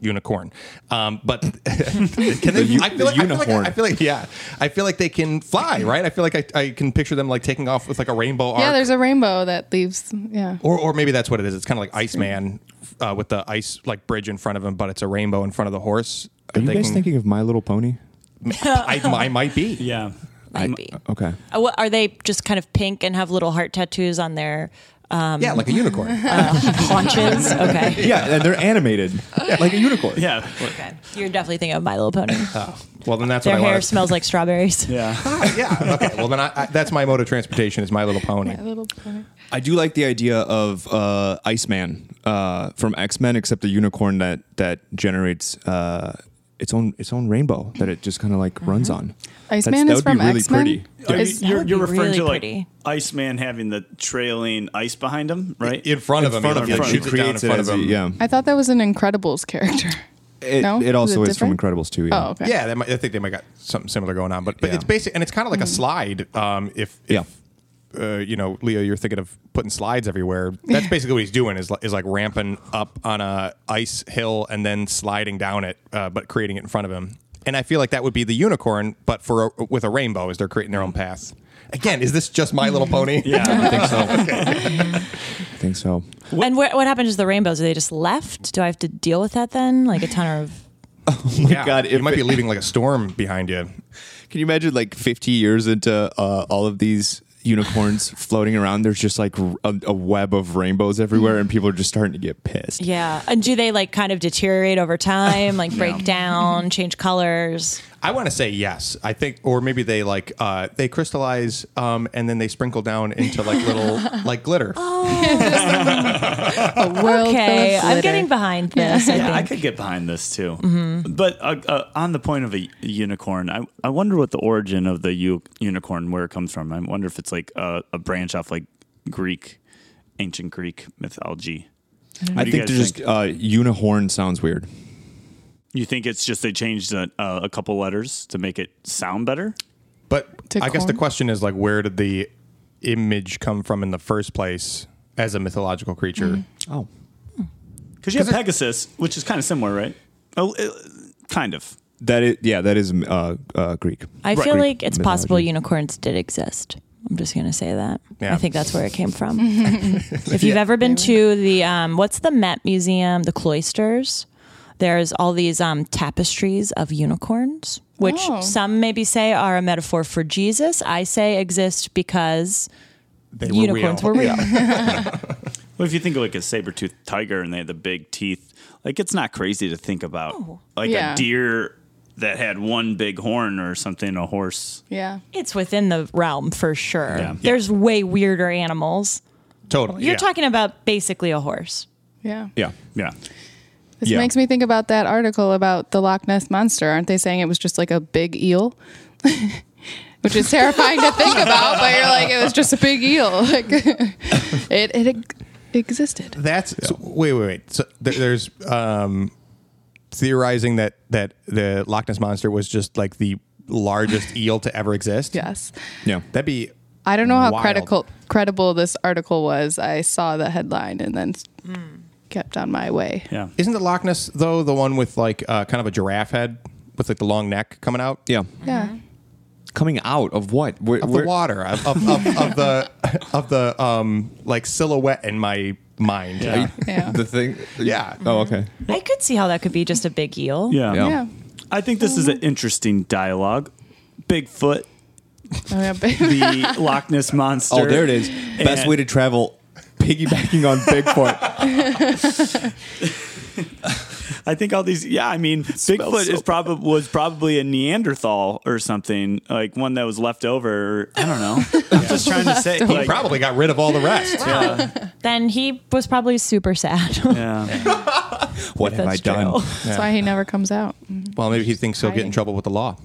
S1: unicorn, um, but can they?
S5: u-
S1: I, feel
S5: the
S1: like, I feel like
S5: unicorn.
S1: I feel like yeah. I feel like they can fly, right? I feel like I, I can picture them like taking off with like a rainbow arc.
S3: Yeah, there's a rainbow that leaves. Yeah.
S1: or, or maybe that's what it is. It's kind of like Iceman uh, with the ice like bridge in front of him, but it's a rainbow in front of the horse.
S5: Are you
S1: They
S5: guys
S1: can-
S5: thinking of My Little Pony?
S1: I, I might be.
S2: Yeah. Um,
S4: might be.
S5: Okay,
S4: Uh, what- Are they just kind of pink and have little heart tattoos on their um,
S1: Yeah, like a unicorn.
S4: haunches? Okay.
S5: yeah, and they're animated like a unicorn.
S2: Yeah.
S4: okay. You're definitely thinking of My Little Pony.
S1: well, then that's
S4: their
S1: what I
S4: hair
S1: want.
S4: smells like strawberries.
S2: Yeah.
S1: yeah. Okay. Well, then I, I, that's my mode of transportation is My Little Pony.
S3: That little part.
S5: I do like the idea of uh, Iceman uh, from X Men, except the unicorn that that generates uh, its own its own rainbow that it just kind of like runs on. That's-
S3: Mm-hmm. Iceman
S5: that
S3: is
S5: would be
S3: from
S5: really
S3: X-Men?
S5: pretty.
S2: Are
S3: Is-
S2: you, are
S4: would
S2: you're
S4: be
S2: referring
S4: really
S2: to like
S4: pretty.
S2: Iceman having the trailing ice behind him, right?
S1: in front of him.
S5: front
S1: he
S5: of
S1: like
S5: him,
S1: shoots it down in
S5: creates it
S1: front
S5: as
S1: of
S5: a-
S1: him.
S5: yeah.
S3: I thought that was an Incredibles character.
S5: It,
S3: No?
S5: it
S3: Is
S5: also
S3: it
S5: is from
S3: different?
S5: Incredibles too. Yeah.
S3: Oh, okay.
S1: Yeah, they might, I think they might got something similar going on, but but
S5: Yeah.
S1: it's basic and it's kind of
S5: Mm-hmm.
S1: like a slide. Um, if, if
S5: Yeah.
S1: uh, you know, Leo, you're thinking of putting slides everywhere. That's basically what he's doing is li- is like ramping up on a ice hill and then sliding down it, uh, but creating it in front of him. And I feel like that would be the unicorn, but for a, with a rainbow, is they're creating their own
S5: Mm-hmm.
S1: path. Again, is this just My Little Pony?
S2: Yeah.
S5: I think so. I think so.
S4: And what, what happened to the rainbows? Are they just left? Do I have to deal with that then? Like a ton of.
S1: yeah.
S5: God,
S1: you
S5: if
S1: might
S5: it-
S1: be leaving like a storm behind you.
S5: Can you imagine like 50 years into uh, all of these unicorns floating around? There's just like r- a, a web of rainbows everywhere, and people are just starting to get pissed.
S4: Yeah. And do they like kind of deteriorate over time, like break down, change colors?
S1: I want to say yes. I think, or maybe they like uh, they crystallize um, and then they sprinkle down into like little like glitter.
S3: A world
S4: Okay.
S3: of
S4: I'm
S3: glitter.
S4: getting behind this. I
S2: Yeah, I
S4: think.
S2: could get behind this too. But uh, uh, on the point of a unicorn, I, I wonder what the origin of the u- unicorn, where it comes from. I wonder if it's like a, a branch off like Greek, ancient Greek mythology.
S5: I
S2: do you
S5: think
S2: guys
S5: they're just
S2: think?
S5: uh, unihorn sounds weird.
S2: You think it's just they changed a, uh, a couple letters to make it sound better?
S1: But
S3: To
S1: I guess the
S3: corn.
S1: question is like, where did the image come from in the first place as a mythological creature?
S3: Mm.
S5: Oh,
S2: Because you have Pegasus, which is kind of similar, right? Oh, it- kind of.
S5: that is yeah, that is uh, uh, Greek.
S4: I feel
S5: Greek
S4: like it's
S5: mythology.
S4: possible unicorns did exist. I'm just going to say that.
S1: Yeah.
S4: I think that's where it came from. if you've ever been to the, um, what's the Met Museum, the cloisters, there's all these um, tapestries of unicorns, which
S3: Oh.
S4: some maybe say are a metaphor for Jesus. I say exist because
S1: They
S4: unicorns were real.
S2: Well, if you think of like a saber-toothed tiger and they had the big teeth, like it's not crazy to think about. Like
S3: Yeah.
S2: a deer that had one big horn or something, a horse.
S3: Yeah.
S4: It's within the realm for sure.
S2: Yeah.
S4: There's way weirder animals.
S1: totally.
S4: You're
S1: yeah.
S4: talking about basically a horse.
S3: Yeah.
S5: Yeah,
S2: Yeah.
S3: This
S5: Yeah.
S3: makes me think about that article about the Loch Ness monster. Aren't they saying it was just like a big eel? Which is terrifying to think about, but you're like, it was just a big eel. Like, it, it ex- existed.
S1: That's so- wait, wait, wait. So there, there's um, theorizing that that the Loch Ness monster was just like the largest eel to ever exist.
S3: Yes.
S5: yeah.
S1: that'd be.
S3: I don't know how
S1: Wild.
S3: credible credible this article was. I saw the headline and then kept on my way.
S2: Yeah.
S1: Isn't the Loch Ness though the one with like uh, kind of a giraffe head with like the long neck coming out?
S5: yeah.
S3: Yeah.
S5: Coming out of what? Where,
S1: of
S5: where-
S1: the water of, of, of, of the of the um like silhouette in my mind.
S2: Yeah.
S3: Yeah.
S5: The thing.
S1: Yeah.
S5: Oh, okay.
S4: I could see how that could be just a big eel.
S2: Yeah.
S5: Yeah.
S3: Yeah.
S2: I think this is an interesting dialogue. Bigfoot,
S3: Oh, yeah. baby.
S2: the Loch Ness monster.
S5: Oh, there it is. Best
S2: And-
S5: way to travel, piggybacking on Bigfoot.
S2: I think all these. Yeah, I mean, Bigfoot is probably was probably a Neanderthal or something like one that was left over. or- I don't know. I'm just trying to say.
S1: He
S2: like,
S1: probably got rid of all the rest.
S4: Then he was probably super sad.
S2: Yeah.
S5: What have I
S4: That's
S5: done?
S4: true.
S3: That's why he never comes out.
S1: Well, maybe he thinks he'll get in trouble with the law.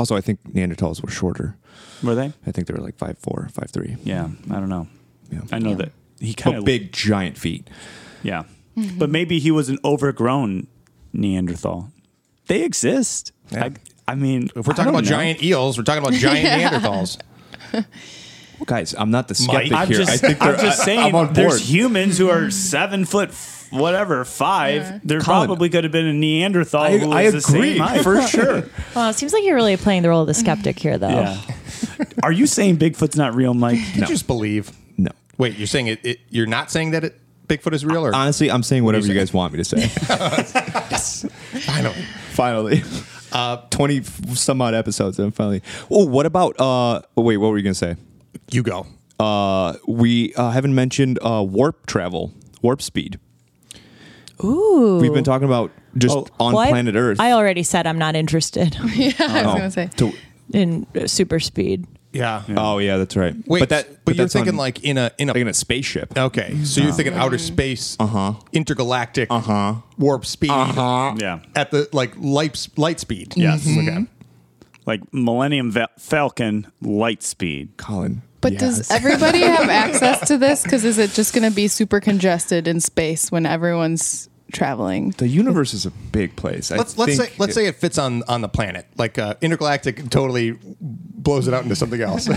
S5: Also, I think Neanderthals were shorter.
S2: Were they?
S5: I think they were like five four, five three.
S2: Yeah. I don't know.
S5: Yeah.
S2: I know that he kind
S5: But
S2: of
S5: big giant feet.
S2: Yeah. But maybe he was an overgrown Neanderthal. They exist.
S1: Yeah.
S2: I, I mean,
S1: If we're
S2: I
S1: talking
S2: don't
S1: about
S2: know.
S1: giant eels, we're talking about giant Neanderthals.
S5: Guys, I'm not the skeptic
S1: Mike.
S2: I'm
S5: here.
S2: just,
S5: I think
S2: I'm
S5: they're-
S2: just
S5: I-
S2: saying,
S5: I'm on board.
S2: there's humans who are seven foot, f- whatever, five. There
S5: Colin,
S2: probably could have been a Neanderthal
S5: I,
S2: who was
S5: I
S2: the same
S5: agree
S2: height.
S5: for sure.
S4: Well, it seems like you're really playing the role of the skeptic here, though.
S2: yeah. Are you saying Bigfoot's not real, Mike?
S1: You just believe.
S5: No,
S1: Wait, you're saying it, it? You're not saying that it Bigfoot is real, or
S5: honestly, I'm saying whatever
S1: you
S5: you
S1: say?
S5: guys want me to say.
S1: finally?
S5: finally. Uh, 20 f- some odd episodes and finally. Oh, what about uh oh, wait, what were you going to say?
S1: You go.
S5: Uh we uh, haven't mentioned uh warp travel, warp speed.
S4: Ooh.
S5: We've been talking about just
S2: Oh,
S5: on
S4: Well, I-
S5: planet Earth.
S4: I already said I'm not interested
S3: yeah, I was gonna say.
S5: To-
S4: in uh, super speed.
S1: Yeah.
S5: oh yeah, that's right.
S1: Wait,
S5: but that
S1: But, you're
S5: that's on-
S1: thinking like in a in a.
S5: like in a spaceship.
S1: okay, so you're thinking outer space, uh-huh. intergalactic, uh-huh. warp speed, uh-huh. Mm-hmm.
S2: Yeah.
S1: at the like light light speed.
S2: Yes.
S1: Okay.
S2: Like Millennium Val- Falcon light speed.
S5: Colin.
S3: But does everybody have access to this? Because is it just going to be super congested in space when everyone's traveling?
S5: the universe is a big place. I
S1: Let's let's say
S5: think
S1: let's
S5: it-
S1: say it fits on on the planet. Like uh, intergalactic totally blows it out into something else.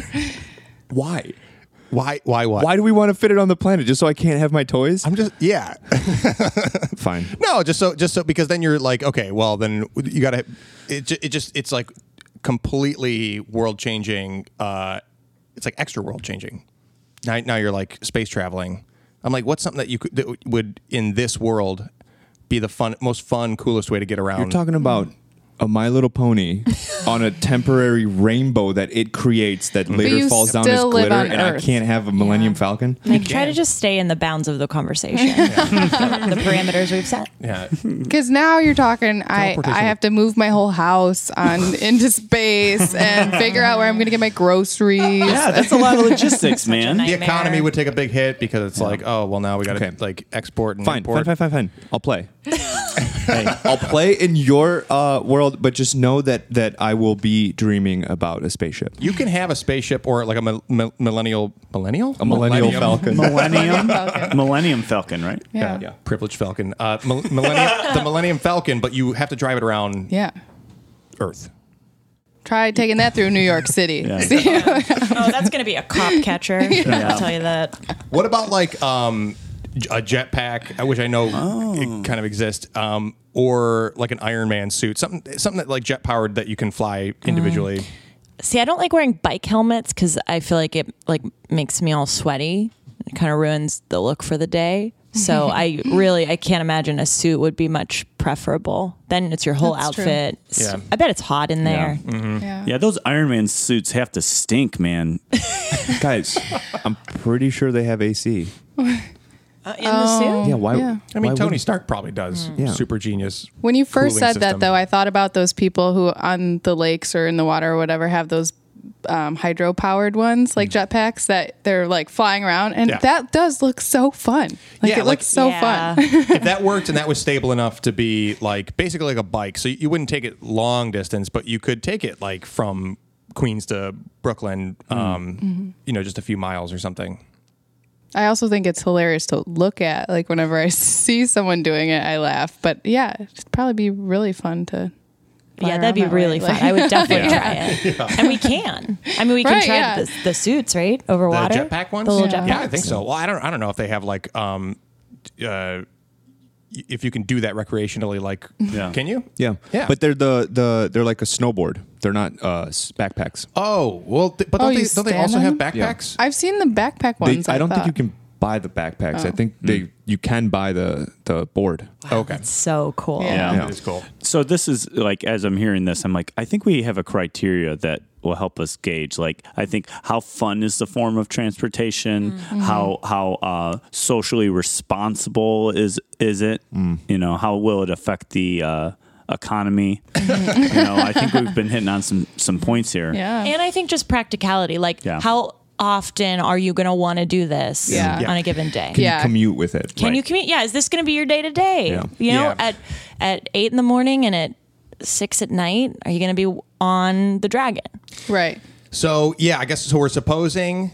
S5: why?
S1: why why what?
S5: Why do we want to fit it on the planet just so I can't have my toys?
S1: I'm just yeah.
S5: fine.
S1: No, just so just so because then you're like, okay, well then you gotta. It, ju- it just it's like completely world changing. Uh, it's like extra world changing. Now now you're like space traveling. I'm like, what's something that you could that w- would in this world be the fun most fun coolest way to get around?
S5: You're talking about a My Little Pony on a temporary rainbow that it creates that later
S3: you
S5: falls down as
S3: still live
S5: glitter,
S3: on
S5: and I
S3: Earth.
S5: can't have a Millennium Falcon.
S4: Like, try to just stay in the bounds of the conversation, the parameters we've set.
S1: yeah,
S2: Mm.
S3: Because now you're talking, I, I
S1: Teleportation.
S3: have to move my whole house on into space and figure out where I'm going to get my groceries.
S2: Yeah, that's a lot of logistics, man.
S1: the
S4: nightmare.
S1: economy would take a big hit because it's like, oh well, now we gotta
S5: Okay.
S1: like export and
S5: Fine,
S1: import.
S5: fine, fine, fine, fine. I'll play. Hey, I'll play in your uh, world, but just know that that I will be dreaming about a spaceship,
S1: You can have a spaceship or like a mil- mil- millennial millennial
S5: a Millennium, Falcon.
S2: Millennium
S3: Falcon.
S2: Millennium Falcon, right?
S3: Yeah.
S5: Yeah.
S1: privileged falcon uh mil- millennium the millennium falcon but you have to drive it around
S3: Yeah.
S1: earth
S3: Try taking that through New York City.
S2: Yeah. Mm-hmm.
S3: See?
S4: Oh, that's going to be a cop catcher. I'll tell you that.
S1: what about like um j- a jetpack uh, which i know
S5: Oh.
S1: it kind of exists um or like an iron man suit something something that like jet powered that you can fly
S3: Mm.
S1: individually
S4: See, I don't like wearing bike helmets because I feel like it like makes me all sweaty. It kind of ruins the look for the day. So I really I can't imagine a suit would be much preferable. Then it's your whole
S3: That's true.
S4: outfit. S-
S1: Yeah. Mm-hmm.
S4: I bet it's hot in there.
S3: Yeah.
S2: Yeah, those Iron Man suits have to stink, man.
S5: Guys, I'm pretty sure they have AC.
S4: Uh, in the suit.
S5: Yeah, why?
S3: yeah.
S1: i mean tony
S5: why wouldn't- Mm.
S1: stark probably does
S5: Yeah.
S1: super genius
S3: When you first
S1: cooling
S3: said
S1: system.
S3: that, though, I thought about those people who on the lakes or in the water or whatever have those um, hydro powered ones, like
S5: Mm.
S3: jetpacks that they're like flying around. And
S1: Yeah.
S3: that does look so fun.
S1: Yeah,
S3: Like it
S1: like-
S3: looks so
S4: Yeah.
S3: fun.
S1: if that worked and that was stable enough to be like basically like a bike so you wouldn't take it long distance but you could take it like from queens to brooklyn um you know just a few miles or something
S3: I also think it's hilarious to look at. Like whenever I see someone doing it, I laugh. But yeah, it'd probably be really fun to. fly
S4: Yeah, that'd be
S3: around that way.
S4: really fun.
S3: Like-
S4: I would definitely try it. And we can. I mean, we can
S3: Right,
S4: try
S3: yeah.
S4: the, the suits, right? Over
S1: the
S4: water.
S1: jetpack ones.
S4: The little
S1: yeah.
S4: jetpacks.
S1: I think so. Well, I don't. I don't know if they have like, um, uh, y- if you can do that recreationally. Like,
S2: Yeah.
S1: can you?
S5: Yeah,
S1: Yeah.
S5: But they're the the they're like a snowboard. They're not uh, s- backpacks.
S1: Oh well, th- but don't,
S3: Oh, you
S1: they, don't they
S3: stand
S1: also
S3: on
S1: have
S3: them?
S1: backpacks?
S3: I've seen the backpack
S5: They-
S3: ones.
S5: I don't think you
S3: thought.
S5: can buy the backpacks. I think they you can buy the the board.
S1: Okay,
S4: So cool.
S3: Yeah.
S5: Yeah.
S1: it's cool.
S2: So this is like as I'm hearing this, I'm like, I think we have a criteria that will help us gauge like i think how fun is the form of transportation how how uh, socially responsible is is it you know how will it affect the uh, economy you know i think we've been hitting on some some points here
S3: Yeah.
S4: And I think just practicality, like
S2: Yeah.
S4: how often are you going to want to do this
S3: Yeah.
S4: on a given day?
S5: Can
S3: Yeah.
S5: you commute with it?
S4: Can you commute? Yeah, is this going to be your day to day?
S5: Yeah.
S4: You know,
S1: Yeah.
S4: at at eight in the morning and at six at night, are you going to be on the dragon?
S3: Right.
S1: So yeah, I guess so. We're supposing.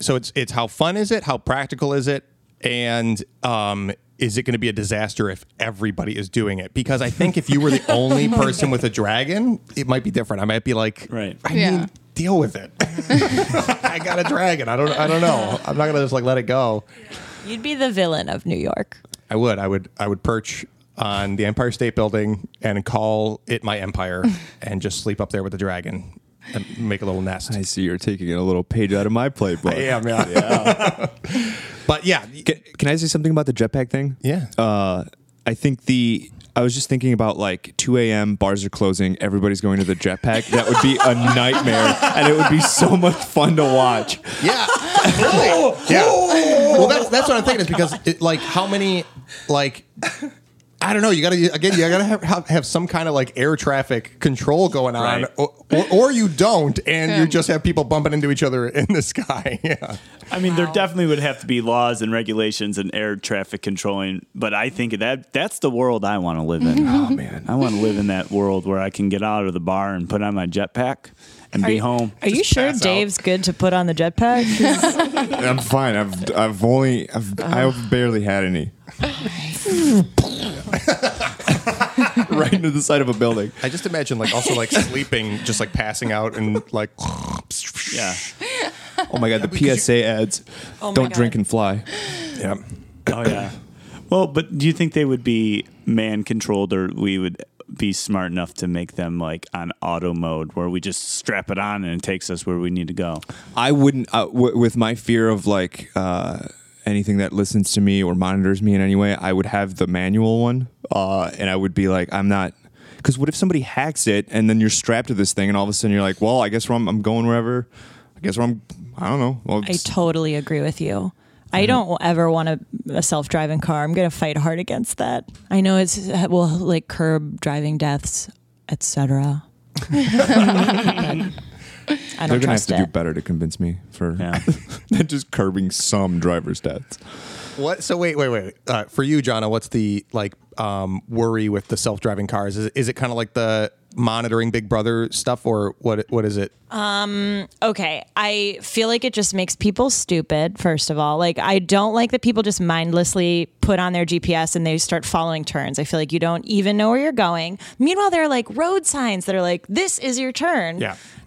S1: So it's it's how fun is it? How practical is it? And um, is it going to be a disaster if everybody is doing it? Because I think if you were the only person with a dragon, it might be different. I might be like,
S2: Right.
S1: I
S3: Yeah.
S1: mean, deal with it. I got a dragon. I don't. I don't know. I'm not going to just like let it go.
S4: You'd be the villain of New York.
S1: I would. I would. I would perch on the Empire State Building and call it my empire, and just sleep up there with the dragon and make a little nest.
S5: I see you're taking a little page out of my playbook.
S1: am, yeah. but yeah,
S5: Can, can I say something about the jetpack thing?
S1: Yeah.
S5: Uh, I think the I was just thinking about like 2 a.m. bars are closing. Everybody's going to the jetpack. That would be a nightmare, and it would be so much fun to watch.
S1: yeah, really, yeah. Well, that's that's what I'm thinking is because it, like how many like. I don't know. You got to again. You got to have, have have some kind of like air traffic control going on,
S2: Right.
S1: or, or, or you don't, and
S3: Yeah.
S1: you just have people bumping into each other in the sky. Yeah,
S2: I mean, there definitely would have to be laws and regulations and air traffic controlling, but I think that that's the world I want to live in. oh man, I want to live in that world where I can get out of the bar and put on my jetpack and be home.
S4: Are you sure
S1: pass out.
S4: Dave's good to put on the jetpack?
S5: I'm fine. I've I've only I've I've barely had any. right into the side of a building.
S1: I just imagine like also like sleeping, just like passing out and like
S2: Yeah.
S5: Oh my god, the PSA ads.
S4: Oh my
S5: Don't
S4: God.
S5: drink and fly.
S1: yeah.
S2: Oh yeah. Well, but do you think they would be man controlled, or we would be smart enough to make them like on auto mode, where we just strap it on and it takes us where we need to go?
S5: I wouldn't uh, w- with my fear of like uh, anything that listens to me or monitors me in any way. I would have the manual one, uh, and I would be like, I'm not. Because what if somebody hacks it and then you're strapped to this thing, and all of a sudden you're like, well, I guess where I'm, I'm going wherever. I guess where I'm. I don't know. Well,
S4: I totally agree with you.
S5: Mm-hmm.
S4: I don't ever want a, a self-driving car. I'm going to fight hard against that. I know it's it will like curb driving deaths, etc. I
S5: they're
S4: don't
S5: gonna have
S4: trust
S5: to
S4: it.
S5: do better to convince me for
S2: Yeah.
S5: just curbing some driver's deaths.
S1: What? So wait, wait, wait. Uh, for you, Jonna, what's the like um, worry with the self-driving cars? Is, is it kind of like the monitoring Big Brother stuff, or what? What is it?
S4: okay. I feel like it just makes people stupid, first of all. Like, I don't like that people just mindlessly put on their GPS and they start following turns. I feel like you don't even know where you're going. Meanwhile, there are like road signs that are like, this is your turn.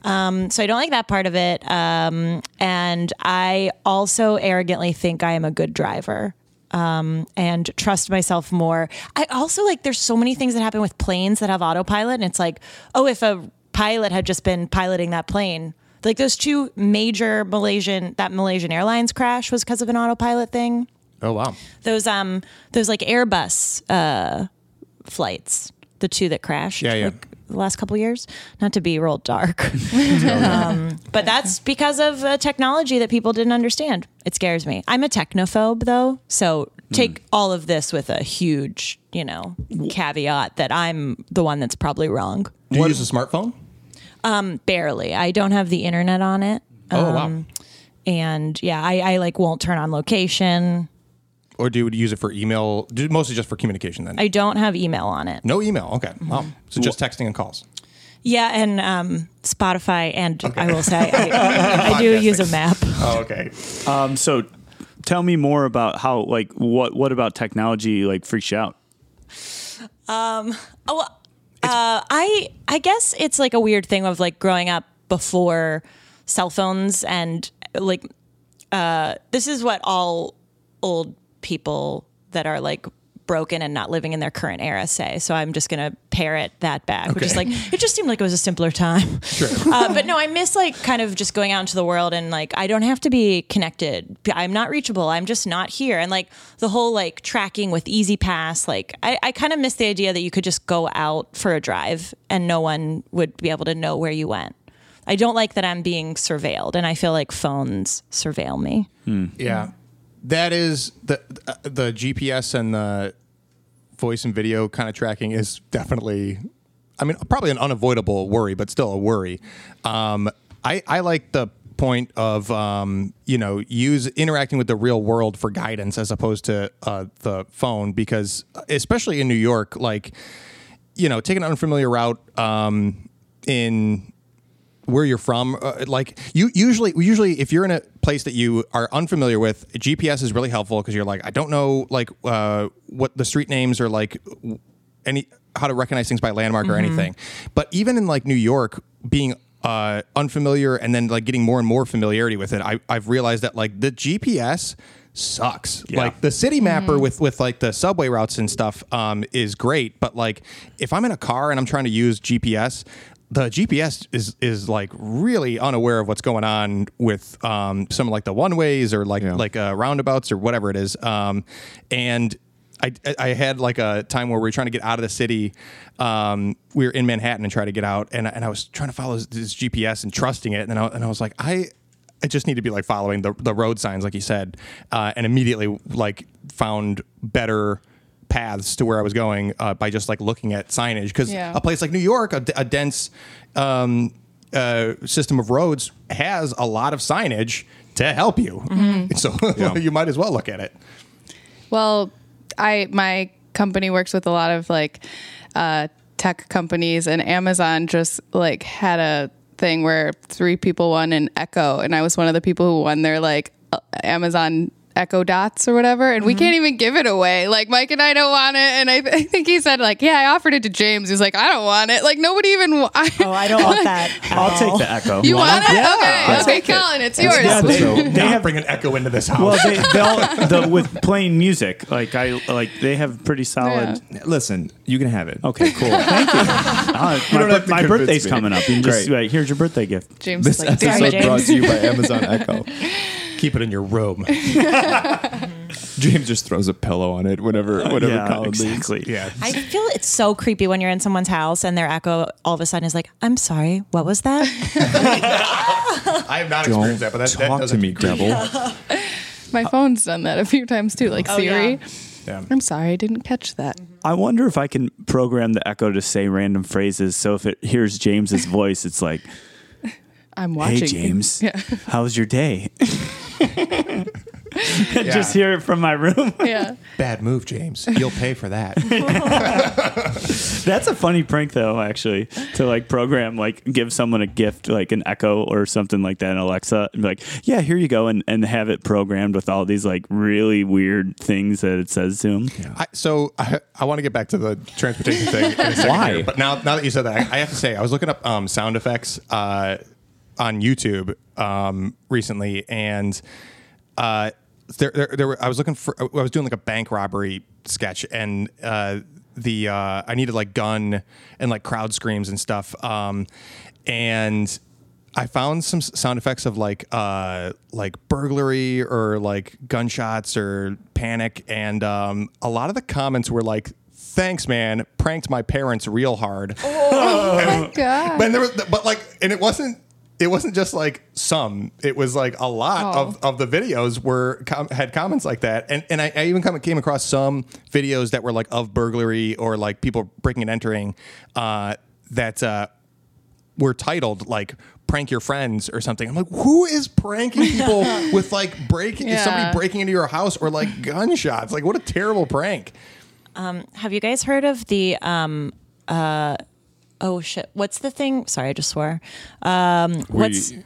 S4: Um, so I don't like that part of it. Um, and I also arrogantly think I am a good driver. Um, and trust myself more. I also like there's so many things that happen with planes that have autopilot, and it's like, oh, if a pilot had just been piloting that plane, like those two major Malaysian that Malaysian Airlines crash was because of an autopilot thing
S1: Oh wow.
S4: those um those like Airbus uh flights, the two that crashed.
S1: Yeah, yeah.
S4: like, the last couple years, not to be real dark, um, but that's because of uh, technology that people didn't understand. It scares me. I'm a technophobe though, so take
S1: Hmm.
S4: all of this with a huge, you know, caveat that I'm the one that's probably wrong.
S1: Do you use a smartphone?
S4: Barely. I don't have the internet on it,
S1: Oh wow.
S4: and yeah, I, I like won't turn on location.
S1: Or do you use it for email? Do, mostly just for communication then.
S4: I don't have email on it.
S1: no email. Okay. Wow. So just texting and calls.
S4: Yeah, and um, Spotify, and I will say, I, I do use a map.
S1: Oh okay.
S2: Um, so tell me more about how like what what about technology like freaks you out?
S4: Oh, uh, I I guess it's like a weird thing of like growing up before cell phones and like uh, this is what all old people that are like broken and not living in their current era say. So I'm just gonna parrot that back, which is
S1: Okay.
S4: like it just seemed like it was a simpler time. Sure. uh, but no, I miss like kind of just going out into the world and like I don't have to be connected. I'm not reachable. I'm just not here. And like the whole like tracking with Easy Pass, like I, I kind of miss the idea that you could just go out for a drive and no one would be able to know where you went. I don't like that I'm being surveilled, and I feel like phones surveil me.
S1: Yeah, that is the uh, the GPS and the voice and video kind of tracking is definitely, I mean, probably an unavoidable worry, but still a worry. Um, I I like the point of um, you know use interacting with the real world for guidance as opposed to uh, the phone because especially in New York, like you know, take an unfamiliar route um, in where you're from uh, like you usually usually if you're in a place that you are unfamiliar with gps is really helpful because you're like i don't know like uh, what the street names are like w- any how to recognize things by landmark or anything but even in like new york being uh, unfamiliar and then like getting more and more familiarity with it I, i've realized that like the gps sucks like the city mapper with with like the subway routes and stuff um, is great but like if i'm in a car and i'm trying to use gps the GPS is is like really unaware of what's going on with um, some like the one ways or like like uh, roundabouts or whatever it is. Um, and I I had like a time where we were trying to get out of the city. Um, we were in Manhattan and try to get out, and I- and I was trying to follow this, this GPS and trusting it, and I, and I was like I. I just need to be like following the, the road signs, like you said, uh, and immediately like found better paths to where I was going uh, by just like looking at signage because
S3: Yeah.
S1: a place like New York, a, d- a dense um, uh, system of roads, has a lot of signage to help you. So you might as well look at it.
S3: Well, I my company works with a lot of like uh, tech companies, and Amazon just like had a thing where three people won an Echo, and I was one of the people who won their like uh, Amazon Echo Dots or whatever, and we can't even give it away. Like Mike and I don't want it, and I, I think he said like, yeah, I offered it to James. He's like, I don't want it. Like nobody even. Wa-
S4: Oh, I don't want that. at
S2: I'll
S4: all.
S2: take the echo.
S3: you want it?
S2: I'll
S3: okay, okay,
S2: take it.
S3: Colin, it's yours.
S2: Yeah, they,
S5: So-
S2: they
S1: Not
S2: have
S1: bring an echo into this house.
S2: well, they they'll the, with playing music. Like I like they have pretty solid.
S3: Yeah.
S5: Listen, you can have it.
S2: Okay, cool. Thank you. Uh,
S5: don't
S2: my
S5: have to
S2: my
S5: convince
S2: birthday's
S5: me.
S2: coming up. You can just
S5: Great.
S2: like, here's your birthday gift.
S3: James is
S5: This
S3: like,
S5: episode
S4: James.
S5: brought to you by Amazon Echo.
S1: keep it in your room.
S5: James just throws a pillow on it whenever whatever
S2: Uh, yeah,
S5: Colin leaves.
S2: exactly.
S1: yeah.
S4: I feel it's so creepy when you're in someone's house and their echo all of a sudden is like, "I'm sorry, what was that?"
S1: I have not
S5: Don't
S1: experienced that, but that, that
S5: talk to
S1: doesn't
S5: me, devil.
S3: my phone's done that a few times too, like Siri.
S4: yeah.
S1: Yeah.
S3: I'm sorry, I didn't catch that.
S2: I wonder if I can program the echo to say random phrases. So if it hears James's voice, it's like,
S3: I'm
S2: "Hey
S3: watching.
S2: James,
S3: Yeah.
S2: how's your day?"
S1: Yeah.
S2: Just hear it from my room.
S3: Yeah.
S1: Bad move, James. You'll pay for that.
S2: That's a funny prank, though. Actually, to like program, like give someone a gift, like an Echo or something like that, an Alexa, and be like, "Yeah, here you go," and and have it programmed with all these like really weird things that it says to him.
S1: I, so I, I want to get back to the transportation thing. In a second
S5: Why?
S1: here, but now, now that you said that, I, I have to say I was looking up um, sound effects uh, on YouTube um, recently, and uh, there, there, there were, I was looking for. I was doing like a bank robbery sketch, and uh, the uh, I needed like gun and like crowd screams and stuff, um, and. I found some s- sound effects of like uh like burglary or like gunshots or panic and um a lot of the comments were like thanks man pranked my parents real hard
S3: God.
S1: but there was but like and it wasn't it wasn't just like some it was like a lot
S3: Oh.
S1: of, of the videos were com- had comments like that and and I, I even come, came across some videos that were like of burglary or like people breaking and entering uh that uh were titled like prank your friends or something. I'm like, who is pranking people with like breaking is
S3: Yeah.
S1: somebody breaking into your house or like gunshots? Like what a terrible prank.
S4: Have you guys heard of the um uh oh shit, what's the thing? Sorry, I just swore. Um what's
S5: We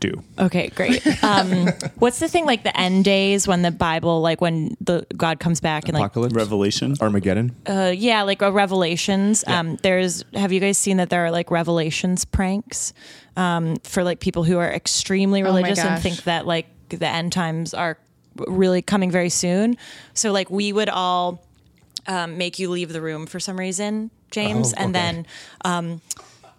S5: do.
S4: Okay, great. Um what's the thing like the end days when the Bible like when the God comes back and like
S5: Apocalypse.
S2: Revelation.
S5: Armageddon.
S4: uh, yeah, like a revelations. Um, there's have you guys seen that there are like revelations pranks um, for like people who are extremely
S3: Oh my
S4: religious and
S3: gosh.
S4: think that like the end times are really coming very soon. So like we would all um, make you leave the room for some reason, James,
S1: Oh,
S4: and
S1: okay.
S4: then um,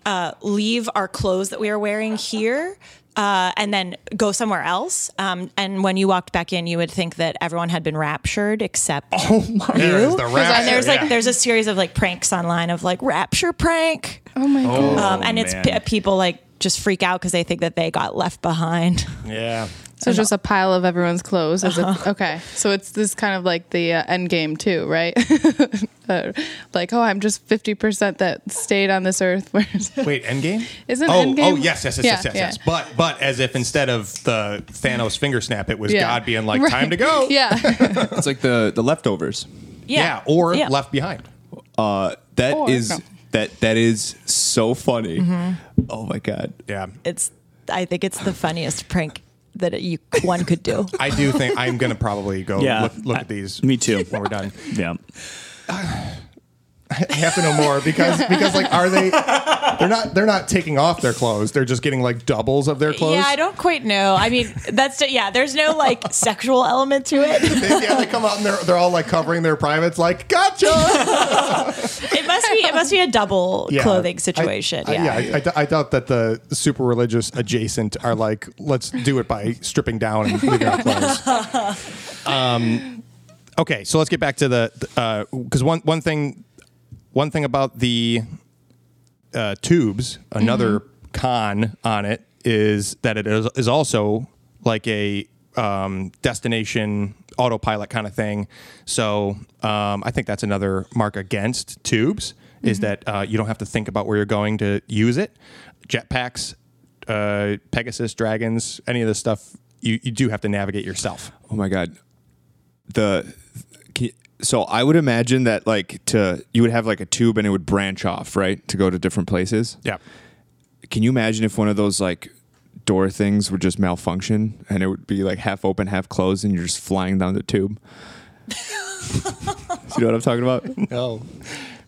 S4: uh, leave our clothes that we are wearing here uh, and then go somewhere else. Um, and when you walked back in, you would think that everyone had been raptured except
S1: Oh, There is the rapture.
S4: and there's
S1: yeah.
S4: like there's a series of like pranks online of like rapture prank,
S3: oh my God.
S4: um, and it's
S2: man.
S4: p- people like just freak out because they think that they got left behind.
S1: Yeah.
S3: So it's just a pile of everyone's clothes. As if, okay, so it's this kind of like the uh, end game too, right? uh, like, oh, I'm just fifty percent that stayed on this earth. Whereas-
S1: Wait, Endgame?
S3: Isn't
S1: oh,
S3: Endgame-
S1: Oh, yes, yes, yes,
S3: Yeah,
S1: yes, yes,
S3: yeah.
S1: yes. But but as if instead of the Thanos finger snap, it was
S3: Yeah.
S1: God being like,
S3: Right.
S1: "Time to go."
S3: yeah,
S5: It's like the the leftovers.
S1: Yeah, or
S4: Yeah.
S1: left behind.
S5: Uh, that
S4: Oh,
S3: Or-
S5: is- that that is so funny.
S4: Mm-hmm.
S5: Oh my god.
S1: Yeah.
S4: It's I think it's the funniest prank that you one could do.
S1: I do think I'm going to probably go
S2: Yeah.
S1: look, look
S2: I-
S1: at these.
S2: me too.
S1: When we're done,
S2: Yeah.
S1: I have to know more because because like are they? They're not they're not taking off their clothes. They're just getting like doubles of their clothes.
S4: Yeah, I don't quite know. I mean, that's yeah. There's no like sexual element to it.
S1: They, yeah, they come out and they're they're all like covering their privates. Like, gotcha.
S4: It must be it must be a double
S1: Yeah.
S4: clothing
S1: I-
S4: situation.
S1: I-
S4: yeah.
S1: I, I, d- I doubt that the super religious adjacent are like, let's do it by stripping down and leaving our clothes. Um, okay, so let's get back to the because one one thing one thing about the uh, tubes, another con on it is that it is, is also like a um, destination autopilot kind of thing. So um, I think that's another mark against tubes is that uh, you don't have to think about where you're going to use it. Jetpacks, uh, Pegasus, dragons, any of this stuff, you, you do have to navigate yourself.
S5: Oh my god. The can you- so I would imagine that like to you would have like a tube and it would branch off right to go to different places.
S1: Yeah.
S5: Can you imagine if one of those like door things would just malfunction and it would be like half open, half closed, and you're just flying down the tube? you know what I'm talking about?
S1: No.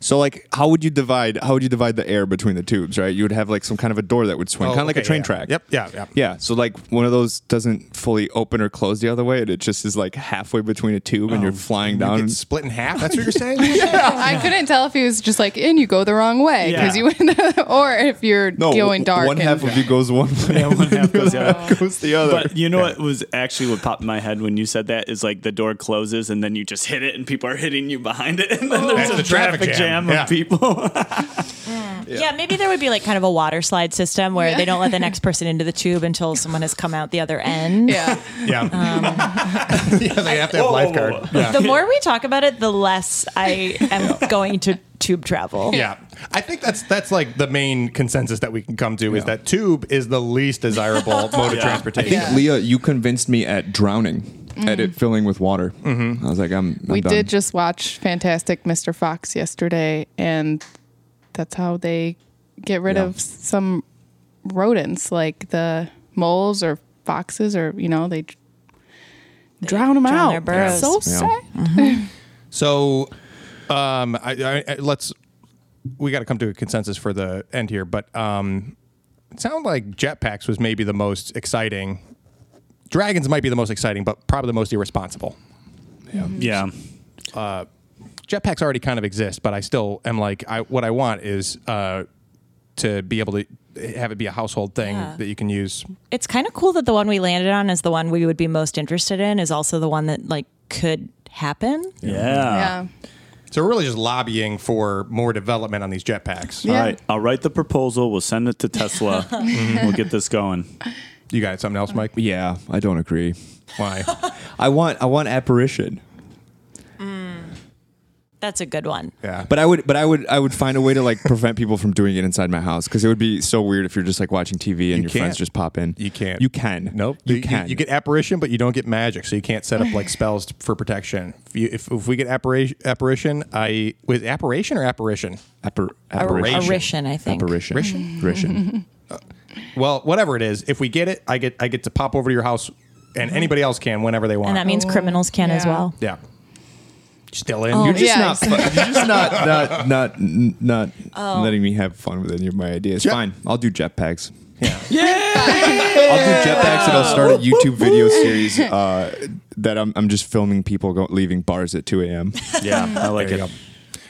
S5: So like, how would you divide? How would you divide the air between the tubes? Right? You would have like some kind of a door that would swing,
S1: Oh,
S5: kind of like a
S1: okay,
S5: train
S1: yeah.
S5: track.
S1: Yep, yeah, yeah.
S5: Yeah. So like, one of those doesn't fully open or close the other way, and it just is like halfway between a tube, and you're
S1: Oh,
S5: flying down.
S1: Get split in half. That's what you're saying?
S3: I couldn't tell if he was just like, "In, you go the wrong way," because
S2: Yeah.
S3: you went, or if you're going dark.
S5: One
S3: and-
S5: half of you goes one way,
S2: Yeah, one half goes the other.
S5: goes the other.
S2: But you know what was actually what popped in my head when you said that is like the door closes and then you just hit it and people are hitting you behind it and then there's
S1: That's the
S2: a
S1: traffic
S2: traffic,
S1: jam.
S2: Oh. jam,
S1: Yeah.
S2: of people.
S4: Yeah, maybe there would be like kind of a water slide system where they don't let the next person into the tube until someone has come out the other end.
S3: yeah,
S1: Yeah. yeah, they have to have
S2: Whoa, whoa,
S1: lifeguard.
S2: whoa,
S1: Yeah.
S4: The more we talk about it, the less I am going to tube travel.
S1: Yeah, I think that's that's like the main consensus that we can come to is
S5: Yeah.
S1: that tube is the least desirable mode of
S5: I
S1: transportation.
S5: think Leah, you convinced me at drowning, at it filling with water.
S1: Mm-hmm.
S5: I was like, I'm. I'm
S3: Mm. we
S5: done.
S3: did just watch Fantastic Mr. Fox yesterday, and that's how they get rid
S5: Yeah.
S3: of some rodents, like the moles or foxes, or you know, they, d- drown them
S4: drown
S3: out.
S4: their burrows.
S3: So
S5: Yeah.
S3: sad.
S1: So, um, I, I, I, let's we got to come to a consensus for the end here, but um, it sounded like jetpacks was maybe the most exciting. Dragons might be the most exciting, but probably the most irresponsible.
S2: Yeah.
S1: jetpacks already kind of exist, but I still am like, I what I want is uh, to be able to have it be a household thing
S4: Yeah.
S1: that you can use.
S4: It's kind of cool that the one we landed on is the one we would be most interested in, is also the one that like could happen.
S2: Yeah.
S5: Uh,
S3: yeah.
S1: So we're really just lobbying for more development on these jetpacks.
S3: Yeah.
S2: All right. I'll write the proposal. We'll send it to Tesla. We'll get this going.
S1: You got something else, Mike?
S5: Yeah, I don't agree.
S1: Why?
S5: I want I want apparition.
S4: That's a good one.
S1: Yeah,
S5: But I would but I would I would find a way to like prevent people from doing it inside my house because it would be so weird if you're just like watching TV and your
S1: can't.
S5: friends just pop in.
S1: you can't.
S5: You can.
S1: Nope.
S5: You, can.
S1: You, get apparition, but you don't get magic, so you can't set up like spells for protection. If, you, if, if we get apparition, apparition, I was it apparition or apparition.
S5: Appar-
S1: Apparition.
S5: apparition.
S4: Apparition, I think.
S5: Apparition. Apparition.
S1: Well, whatever it is, if we get it, I get I get to pop over to your house, and anybody else can whenever they want.
S4: Mm-hmm. And that means criminals can as
S3: yeah.
S4: well.
S1: yeah. Still in.
S4: Oh,
S5: You're just
S3: Yeah,
S5: not. fu- You're just not not not n- not letting me have fun with any of my ideas.
S1: Jet-
S5: Fine, I'll do jetpacks.
S1: Yeah.
S5: I'll do jetpacks and I'll start a YouTube video series uh, that I'm, I'm just filming people go, leaving bars at 2 a.m.
S2: Yeah. I like
S1: There you
S2: it.
S1: go.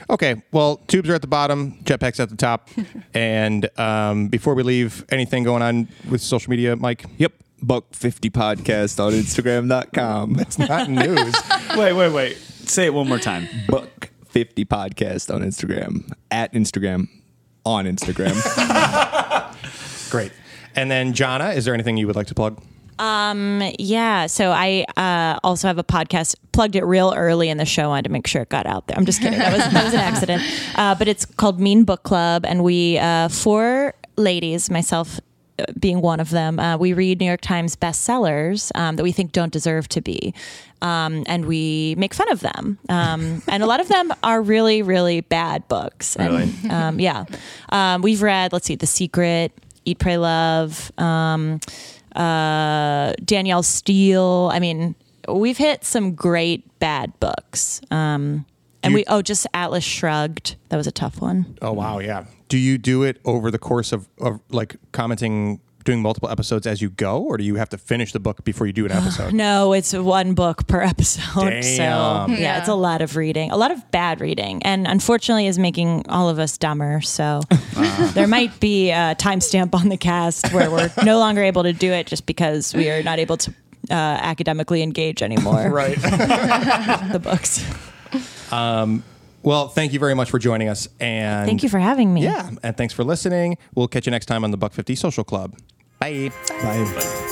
S1: Okay, well, tubes are at the bottom, jetpacks at the top, and um, before we leave, anything going on with social media, Mike?
S5: Yep. Buck 50 podcast on Instagram.com.
S1: It's not news.
S2: Wait, wait, wait. Say it one more time.
S5: Buck 50 podcast on Instagram. At Instagram. On Instagram.
S1: Great. And then Jana, is there anything you would like to plug?
S4: Yeah. So I uh, also have a podcast. Plugged it real early in the show. Wanted to make sure it got out there. I'm just kidding. That was that was an accident. Uh, but it's called Mean Book Club, and we uh, four ladies, myself uh, being one of them, uh, we read New York Times bestsellers um, that we think don't deserve to be. Um, and we make fun of them. Um, and a lot of them are really, really bad books. And,
S2: Really?
S4: Um, yeah. Um, we've read, let's see, The Secret, Eat, Pray, Love, um, uh, Danielle Steele. I mean, we've hit some great bad books. Um, and
S1: You-
S4: we, oh, just Atlas Shrugged. That was a tough one.
S1: Oh wow, yeah. Do you do it over the course of, of like commenting, doing multiple episodes as you go, or do you have to finish the book before you do an episode?
S4: No, it's one book per episode.
S1: Damn.
S4: So, yeah, it's a lot of reading, a lot of bad reading. And unfortunately, is making all of us dumber. So,
S1: Ah.
S4: there might be a timestamp on the cast where we're no longer able to do it just because we are not able to uh, academically engage anymore
S1: right.
S4: with the books.
S1: well, thank you very much for joining us, and
S4: Thank you for having me.
S1: yeah, and thanks for listening. We'll catch you next time on the Buck Fifty Social Club. Bye. Bye.